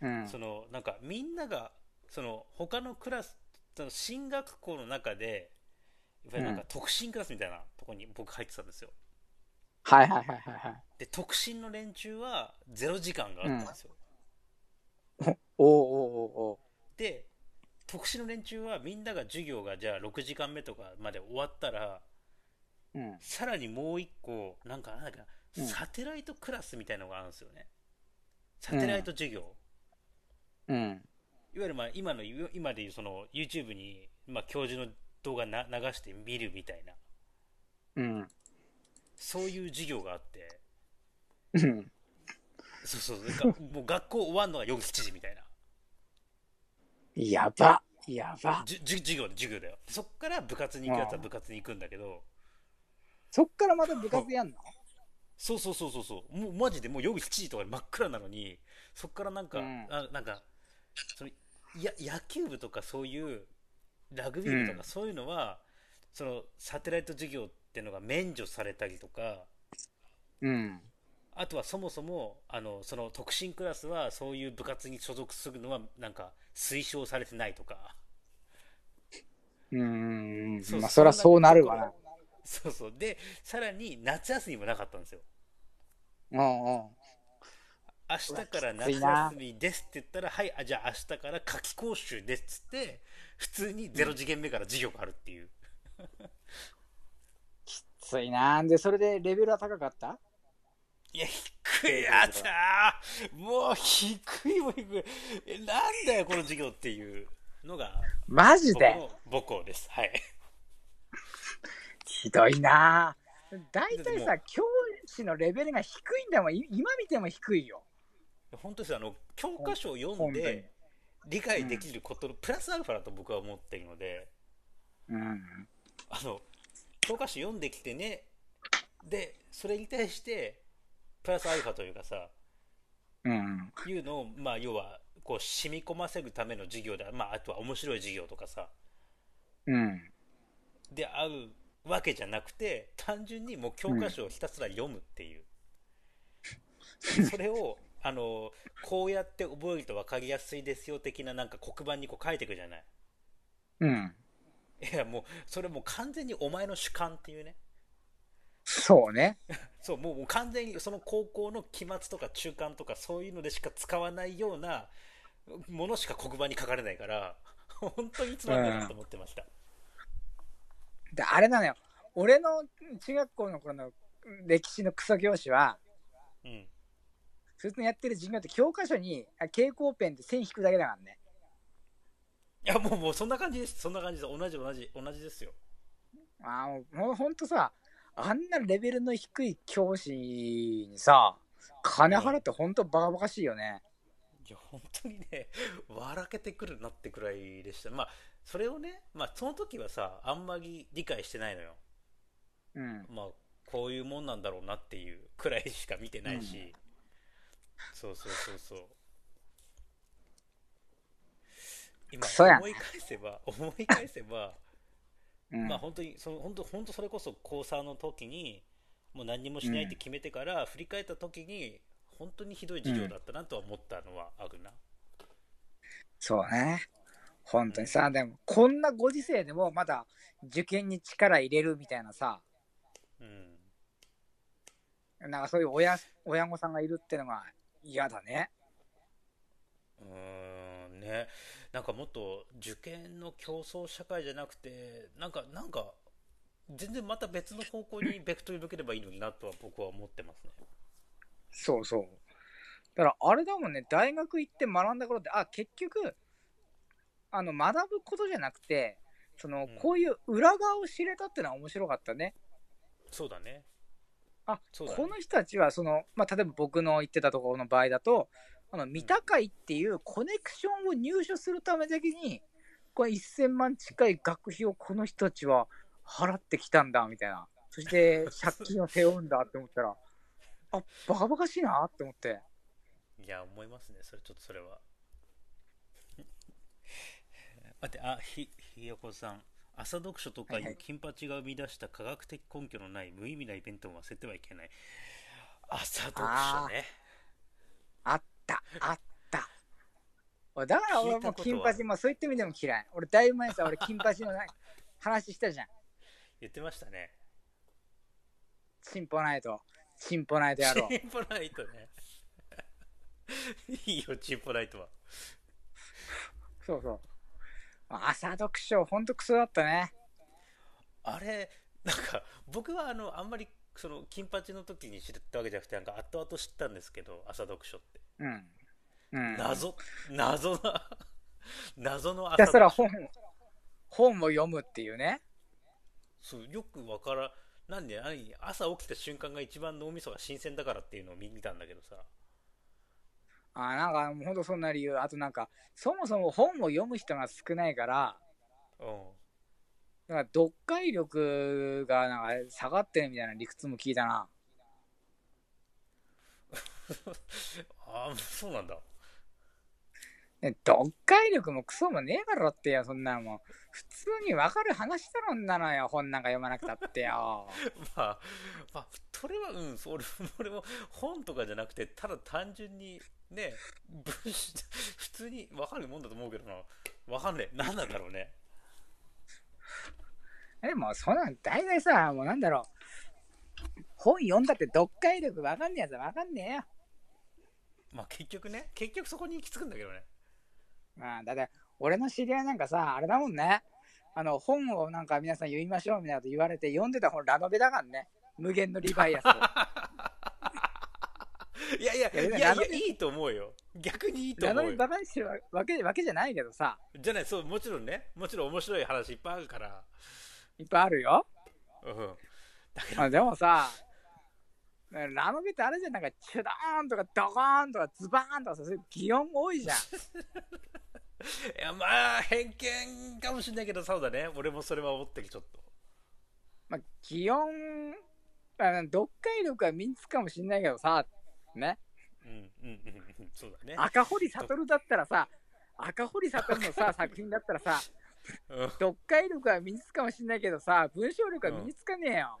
[SPEAKER 1] うん。
[SPEAKER 2] そのなんかみんながその他のクラスその進学校の中でいわゆるなん
[SPEAKER 1] う
[SPEAKER 2] か特進クラスみたいなとこに僕入ってたんですよ
[SPEAKER 1] はいはいはいはいはい。
[SPEAKER 2] で特進の連中はゼロ時間があったんですよ、
[SPEAKER 1] おうおうおうおう
[SPEAKER 2] で特進の連中はみんなが授業がじゃあ6時間目とかまで終わったら
[SPEAKER 1] うん。
[SPEAKER 2] さらにもう一個なんかなんだっけな
[SPEAKER 1] うん
[SPEAKER 2] サテライトクラスみたいのがあるんですよねサテライト授業、
[SPEAKER 1] うん。
[SPEAKER 2] いわゆるまあ今の今でいうその YouTube にまあ教授の動画な流して見るみたいな
[SPEAKER 1] うん。
[SPEAKER 2] そういう授業があって
[SPEAKER 1] うん。
[SPEAKER 2] そうそうなんかもう学校終わるのが夜7時みたいな
[SPEAKER 1] やば。やば。
[SPEAKER 2] じゅじゅ授業で授業だよそっから部活に行くやつは
[SPEAKER 1] うん
[SPEAKER 2] 部活に行くんだけど
[SPEAKER 1] そっからまた部活やんの
[SPEAKER 2] そうそうそうそうそうもうマジでもう夜7時とかで真っ暗なのにそっからなんか、
[SPEAKER 1] うん
[SPEAKER 2] あなんかそのや野球部とかそういうラグビー部と
[SPEAKER 1] うん
[SPEAKER 2] かそういうのは、そのサテライト授業っていうのが免除されたりとか
[SPEAKER 1] うん。
[SPEAKER 2] あとはそもそもあのその特進クラスはそういう部活に所属するのはなんか推奨されてないとか
[SPEAKER 1] うん。
[SPEAKER 2] そう
[SPEAKER 1] まあ、そりゃそうなるわな。
[SPEAKER 2] そうそうでさらに夏休みもなかったんですよ
[SPEAKER 1] うんうん。
[SPEAKER 2] 明日から
[SPEAKER 1] うわきつい
[SPEAKER 2] 夏
[SPEAKER 1] な
[SPEAKER 2] 休みですって言ったら、はい、あじゃあ明日から夏季講習ですっつって、普通に0次元目から授業があるっていう。
[SPEAKER 1] ついな。で、それでレベルは高かった
[SPEAKER 2] いや、低いやつだーもう低いも低い。えなんだよ、この授業っていうのが、
[SPEAKER 1] マジ
[SPEAKER 2] 僕
[SPEAKER 1] で
[SPEAKER 2] の母校です。はい。
[SPEAKER 1] ひどいなあ大体
[SPEAKER 2] だ
[SPEAKER 1] さ教知のレベルが低いんだもん、い今見ても低いよ。
[SPEAKER 2] 本当ですあの教科書を読ん
[SPEAKER 1] 本当に
[SPEAKER 2] で。理解できることのプラスアルファだと僕は思っているので、
[SPEAKER 1] うん。
[SPEAKER 2] あの教科書読んできてねでそれに対してプラスアルファというかさ
[SPEAKER 1] うん。
[SPEAKER 2] いうのをまあ要はこう染み込ませるための授業で、まあ、あとは面白い授業とかさ
[SPEAKER 1] うん。
[SPEAKER 2] であるわけじゃなくて単純にもう教科書をひたすら読むっていう、それをあのこうやって覚えると分かりやすいですよ的ななんか黒板にこう書いていくじゃない
[SPEAKER 1] うん。
[SPEAKER 2] いやもうそれもう完全にお前の主観っていうね
[SPEAKER 1] そうね。
[SPEAKER 2] そうもうもう完全にその高校の期末とか中間とかそういうのでしか使わないようなものしか黒板に書かれないから本当につまんないなと思ってました、
[SPEAKER 1] で、あれなのよ。俺の中学校の頃の歴史のクソ教師は、
[SPEAKER 2] うん、
[SPEAKER 1] 普通のやってる授業って教科書にあ蛍光ペンで線引くだけだからね。
[SPEAKER 2] いやもうもうそんな感じですそんな感じです同じ同じ同じですよ
[SPEAKER 1] ああ、もうもうほんとさ、あんなレベルの低い教師にさ、金払ってほんとバカバカしいよね。
[SPEAKER 2] いや本当にね笑けてくるなってくらいでしたまあそれをねまあその時はさあんまり理解してないのよ
[SPEAKER 1] うん。
[SPEAKER 2] まあこういうもんなんだろうなっていうくらいしか見てないし、
[SPEAKER 1] うん
[SPEAKER 2] そうそうそうそう今
[SPEAKER 1] クソやね
[SPEAKER 2] 思い返せば 思い返せば
[SPEAKER 1] うん
[SPEAKER 2] まあ本当にその本当本当それこそ高3の時にもう何にもしないって決めてから振り返った時に本当にひどい授業だったなとは思ったのはあるな、
[SPEAKER 1] そうね。本当にさ、でも、こんなご時世でもまだ受験に力入れるみたいなさ、
[SPEAKER 2] うん
[SPEAKER 1] なんかそういう親親御さんがいるってのが嫌だね。
[SPEAKER 2] うーんね、なんかもっと受験の競争社会じゃなくて、なんか、なんか、全然また別の方向にベクトル向ければいいのになとは僕は思ってますね。
[SPEAKER 1] そうそう。だからあれだもんね、大学行って学んだ頃って、あ、結局、あの、学ぶことじゃなくて、その
[SPEAKER 2] ん、
[SPEAKER 1] こういう裏側を知れたってのは面白かったね。
[SPEAKER 2] そうだね。
[SPEAKER 1] あ、
[SPEAKER 2] そうだね
[SPEAKER 1] この人たちは、その、まあ、例えば僕の言ってたところの場合だと、あの、三鷹会っていうコネクションを入手するためだけに、これ1000万近い学費をこの人たちは払ってきたんだ、みたいな。そして、借金を背負うんだって思ったら、あ、バカバカしいなって思って。
[SPEAKER 2] いや、思いますね。それ、ちょっとそれは。 待って、あ、ひ、ひよこさん。朝読書とかい
[SPEAKER 1] はいは
[SPEAKER 2] う
[SPEAKER 1] い
[SPEAKER 2] 金八が生み出した科学的根拠のない無意味なイベントを忘れてはいけない。朝読書ね。
[SPEAKER 1] あった、あった。俺だから俺も金八もそう言ってみても嫌い。俺だいぶ前にさ、俺金八のな話したじゃん。
[SPEAKER 2] 言ってましたね。
[SPEAKER 1] チンポナイト。チンポナイトやろう。
[SPEAKER 2] チンポライトね。 いいよ、チンポライトは。
[SPEAKER 1] そうそう。朝読書、ほんとクソだったね。
[SPEAKER 2] あれ、なんか、僕はあの、あんまり、その、金八の時に知ったわけじゃなくて、なんか、後々知ったんですけど、朝読書って。
[SPEAKER 1] うん。うん。
[SPEAKER 2] 謎、謎な、 謎の
[SPEAKER 1] ひ
[SPEAKER 2] 朝
[SPEAKER 1] たすら
[SPEAKER 2] 読書。
[SPEAKER 1] 本、本を読むっていうね。
[SPEAKER 2] そう、よくわからなんで、あれ朝起きた瞬間が一番脳みそが新鮮だからっていうのを見見たんだけどさ。
[SPEAKER 1] あなんかもうほんとそんな理由。あとなんか、そもそも本を読む人が少ないから、
[SPEAKER 2] うん。
[SPEAKER 1] なんか読解力がなんか下がってるみたいな理屈も聞いたな。
[SPEAKER 2] ああ、そうなんだ。
[SPEAKER 1] ね、読解力もクソもねえだろってよ、そんなんもん。普通にわかる話だろんなのよ、本なんか読まなくたってよ。
[SPEAKER 2] まあ、まあ、それは、うん、そう俺も俺も本とかじゃなくて、ただ単純に、ね、文章普通に分かるもんだと思うけどな、分かんねえ、何なんだろうね。
[SPEAKER 1] え、もうそんなん、大体さ、もうなんだろう。本読んだって読解力わかんねえやつはわかんねえよ。
[SPEAKER 2] まあ、結局ね、結局そこに行き着くんだけどね。
[SPEAKER 1] まあ、だって、俺の知り合いなんかさ、あれだもんね。あの、本をなんか皆さん読みましょうみたいなこと言われて、読んでた本ラノベだからね。無限のリバイ アス。
[SPEAKER 2] いやいや、
[SPEAKER 1] いや
[SPEAKER 2] いやい
[SPEAKER 1] な
[SPEAKER 2] や
[SPEAKER 1] の、に
[SPEAKER 2] いいと思うよ。逆にいいと
[SPEAKER 1] ラ
[SPEAKER 2] 思
[SPEAKER 1] ノ
[SPEAKER 2] う
[SPEAKER 1] ベ
[SPEAKER 2] よ。
[SPEAKER 1] バカにしてるわけわけじゃないけどさ、
[SPEAKER 2] じゃない、そう、もちろんね、もちろん面白い話いっぱいあるから。
[SPEAKER 1] いっぱいあるよ。
[SPEAKER 2] うん。
[SPEAKER 1] まあでもさ、ラノベってあれじゃん、なんか、チュドーンとか、ドコーンとか、ズバーンとかさ、そういう擬音多いじゃん。
[SPEAKER 2] いやまあ偏見かもしれないけどそうだね俺もそれは思ってるちょっと
[SPEAKER 1] まあ、擬音、あ読解力は身につくかもしんないけどさ、ね。
[SPEAKER 2] うんうんうんうんそうだね
[SPEAKER 1] 赤堀悟だったらさ、赤堀悟の さ、作品だったらさ、
[SPEAKER 2] うん
[SPEAKER 1] 読解力は身につくかもしんないけどさ、文章力は身につかねえよ。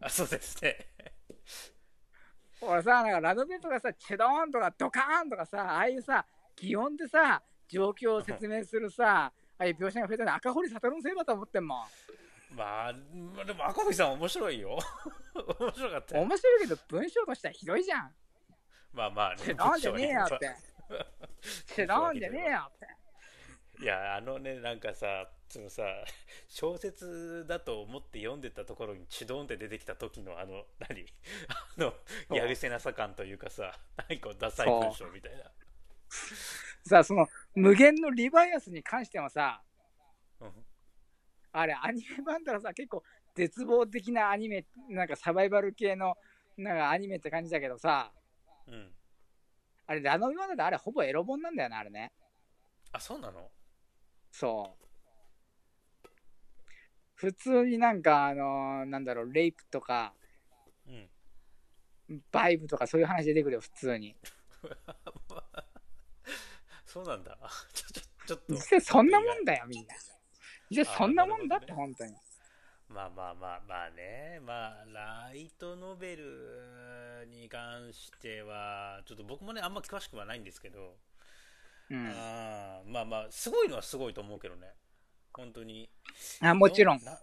[SPEAKER 2] あそうですね
[SPEAKER 1] 俺さ、なんかラノベとかさ、チュドーンとか、ドカーンとかさ、ああいうさ、擬音でさ、状況を説明するさ、ああいう描写が増えたの赤堀悟のせいだと思ってんもん。
[SPEAKER 2] まあまあでも赤星さん面白いよ 面白かったよ
[SPEAKER 1] 面白いけど文章としてはひどいじゃ ん。
[SPEAKER 2] まあまあ
[SPEAKER 1] チ
[SPEAKER 2] ね
[SPEAKER 1] ェドンじゃねえよ って。チェドンじゃねえよって。
[SPEAKER 2] いやあのねなんかさそのさ小説だと思って読んでたところに「チドン」って出てきた時のあの何 あの
[SPEAKER 1] そう
[SPEAKER 2] やるせなさ感というかさ何こうダサい文章みたいな
[SPEAKER 1] さあ、その無限のリバイアスに関してはさ、
[SPEAKER 2] うん
[SPEAKER 1] あれ、アニメ版だからさ、結構絶望的なアニメ、なんかサバイバル系のなんかアニメって感じだけどさ、
[SPEAKER 2] うん
[SPEAKER 1] あれ、ラノベ版だとあれ、ほぼエロ本なんだよな、あれね。
[SPEAKER 2] あそうなの
[SPEAKER 1] そう。普通になんか、あのーなんだろう、レイプとか、
[SPEAKER 2] うん
[SPEAKER 1] バイブとかそういう話出てくるよ、普通に。
[SPEAKER 2] そうなんだちょちょちょっ
[SPEAKER 1] 実際そんなもんだよ、みんな。実際そんなもんだって、
[SPEAKER 2] あーなるほど
[SPEAKER 1] 本当
[SPEAKER 2] ね
[SPEAKER 1] に。
[SPEAKER 2] とまあまあまあまあねまあライトノベルに関してはちょっと僕もねあんま詳しくはないんですけど
[SPEAKER 1] うん。
[SPEAKER 2] あーまあまあすごいのはすごいと思うけどね本当に
[SPEAKER 1] あもちろん
[SPEAKER 2] な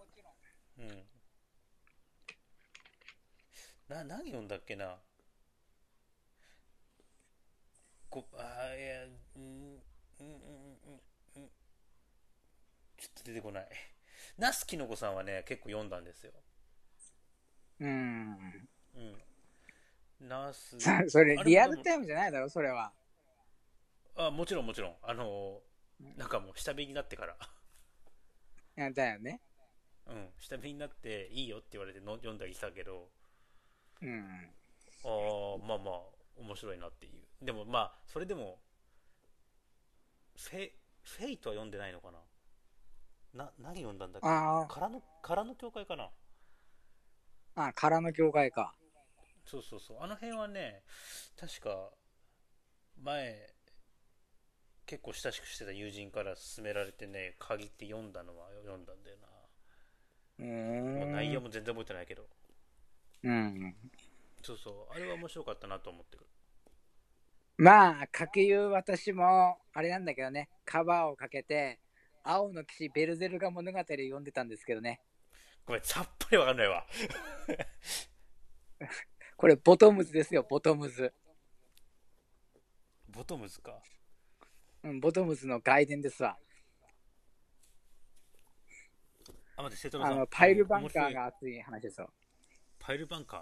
[SPEAKER 2] うんな何読んだっけなこあーいやうんうんうんうんうんちょっと出てこないナスキノコさんはね結構読んだんですよ
[SPEAKER 1] うん。
[SPEAKER 2] うんナス
[SPEAKER 1] さそれ
[SPEAKER 2] あ、
[SPEAKER 1] リアル
[SPEAKER 2] でも
[SPEAKER 1] タイムじゃないだろ、それは。
[SPEAKER 2] あもちろんもちろんあのなんかもう下火になってから
[SPEAKER 1] うんだよね。
[SPEAKER 2] うん、下火になっていいよって言われての読んだりしたけど
[SPEAKER 1] うん。
[SPEAKER 2] ああまあまあ面白いなっていうでもまあそれでもフェフェイトは読んでないのかなな何読んだんだっけ
[SPEAKER 1] あ
[SPEAKER 2] 空の空の教会かな
[SPEAKER 1] あ、あ空の境界か。
[SPEAKER 2] そうそうそうあの辺はね確か前結構親しくしてた友人から勧められてね限って読んだのは読んだんだよ
[SPEAKER 1] うー。
[SPEAKER 2] な、もうん内容も全然覚えてないけど
[SPEAKER 1] うん。
[SPEAKER 2] そうそうあれは面白かったなと思ってる
[SPEAKER 1] まあ、かけゆう私も、あれなんだけどね、カバーをかけて、青の騎士ベルゼルガ物語を読んでたんですけどね。
[SPEAKER 2] ごめんさっぱりわかんないわ
[SPEAKER 1] これ、ボトムズですよ、ボトムズ。
[SPEAKER 2] ボトムズか
[SPEAKER 1] うん、ボトムズの外伝ですわ。
[SPEAKER 2] あ待って瀬戸
[SPEAKER 1] あ
[SPEAKER 2] さん
[SPEAKER 1] の、パイルバン
[SPEAKER 2] 面
[SPEAKER 1] カ
[SPEAKER 2] 白い
[SPEAKER 1] ーが熱い話ですよ。
[SPEAKER 2] パイルバンカー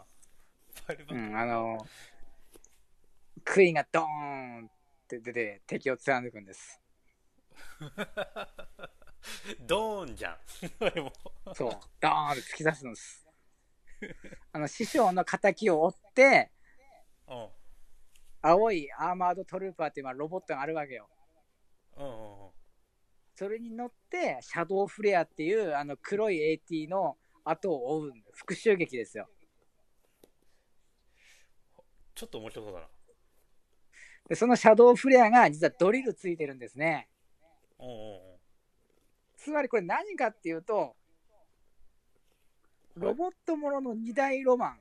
[SPEAKER 2] パイルバ
[SPEAKER 1] う
[SPEAKER 2] ンカー、
[SPEAKER 1] ん、あの、杭がドーンって出て、敵を貫くんです。
[SPEAKER 2] ドーンじゃん 俺も
[SPEAKER 1] そう、ドーンって突き刺すんです。 あの、師匠の仇を追って、
[SPEAKER 2] う
[SPEAKER 1] 青いアーマードトルーパーっていうまあロボットがあるわけよ。
[SPEAKER 2] んうんうんうん
[SPEAKER 1] それに乗って、シャドウフレアっていうあの黒い AT の後を追う復讐劇ですよ。
[SPEAKER 2] ちょっと面白そうだな
[SPEAKER 1] で、そのシャドウフレアが実はドリルついてるんですね。
[SPEAKER 2] うんうんうん
[SPEAKER 1] つまりこれ何かっていうと、ロボットものの二大ロマン、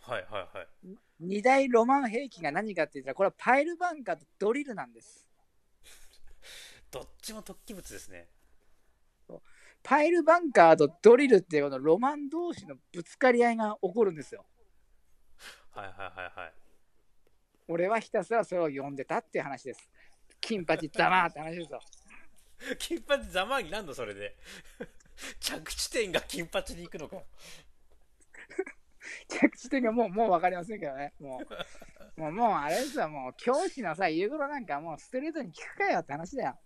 [SPEAKER 2] はいはいはい
[SPEAKER 1] 二大ロマン兵器が何かって言ったら、これはパイルバンカーとドリルなんです。
[SPEAKER 2] どっちも突起物ですね
[SPEAKER 1] パイルバンカーとドリルっていうこのロマン同士のぶつかり合いが起こるんですよ。
[SPEAKER 2] はいはいはいはい
[SPEAKER 1] 俺はひたすらそれを読んでたっていう話です。金八だなって話ですよ。
[SPEAKER 2] 金髪ざまになんのそれで 着地点が金髪に行くのか
[SPEAKER 1] 着地点がもう、もう分かりませんけどね。もう、もう、もうあれですよ、もう教師のさ、言うことなんかもうストレートに聞くかよって話だよ。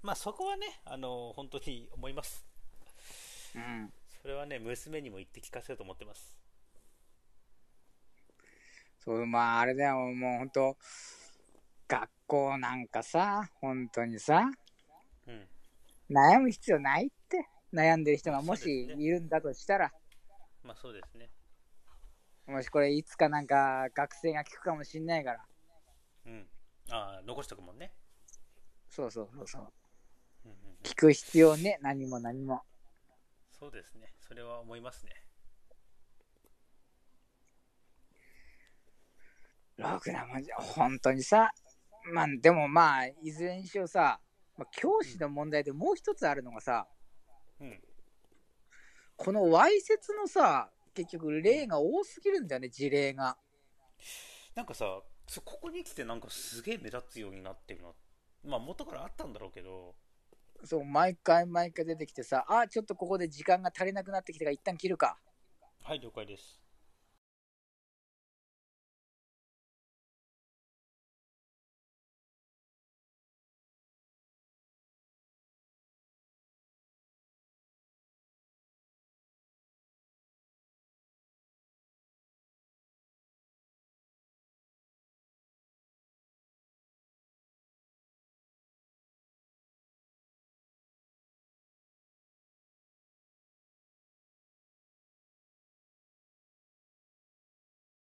[SPEAKER 2] まあそこはねあの本当に思います
[SPEAKER 1] うん。
[SPEAKER 2] それはね娘にも言って聞かせようと思ってます
[SPEAKER 1] そう、まあ、あれだよ、もう本当学校なんかさ、本当にさ、
[SPEAKER 2] うん。
[SPEAKER 1] 悩む必要ないって、悩んでる人がも
[SPEAKER 2] そう
[SPEAKER 1] し
[SPEAKER 2] ですね
[SPEAKER 1] いるんだとしたら、
[SPEAKER 2] まあそうですね。
[SPEAKER 1] もしこれいつかなんか学生が聞くかもしんないから、
[SPEAKER 2] うん。ああ、残しとくもんね。
[SPEAKER 1] そうそうそうそう、
[SPEAKER 2] うんうんうん、
[SPEAKER 1] 聞く必要ね、何も何も。
[SPEAKER 2] そうですね。それは思いますね。
[SPEAKER 1] ろくなもんじゃ、本当にさ、まあ、でもまあ、いずれにしろさ、まあ、教師の問題でもう一つあるのがさ、
[SPEAKER 2] うん。
[SPEAKER 1] このわいせつのさ、結局例が多すぎるんだよね、事例が。
[SPEAKER 2] なんかさ、そここに来てなんかすげえ目立つようになってるな。まあ元からあったんだろうけど、
[SPEAKER 1] そう、毎回毎回出てきてさ、あ、ちょっとここで時間が足りなくなってきたから一旦切るか。
[SPEAKER 2] はい、了解です。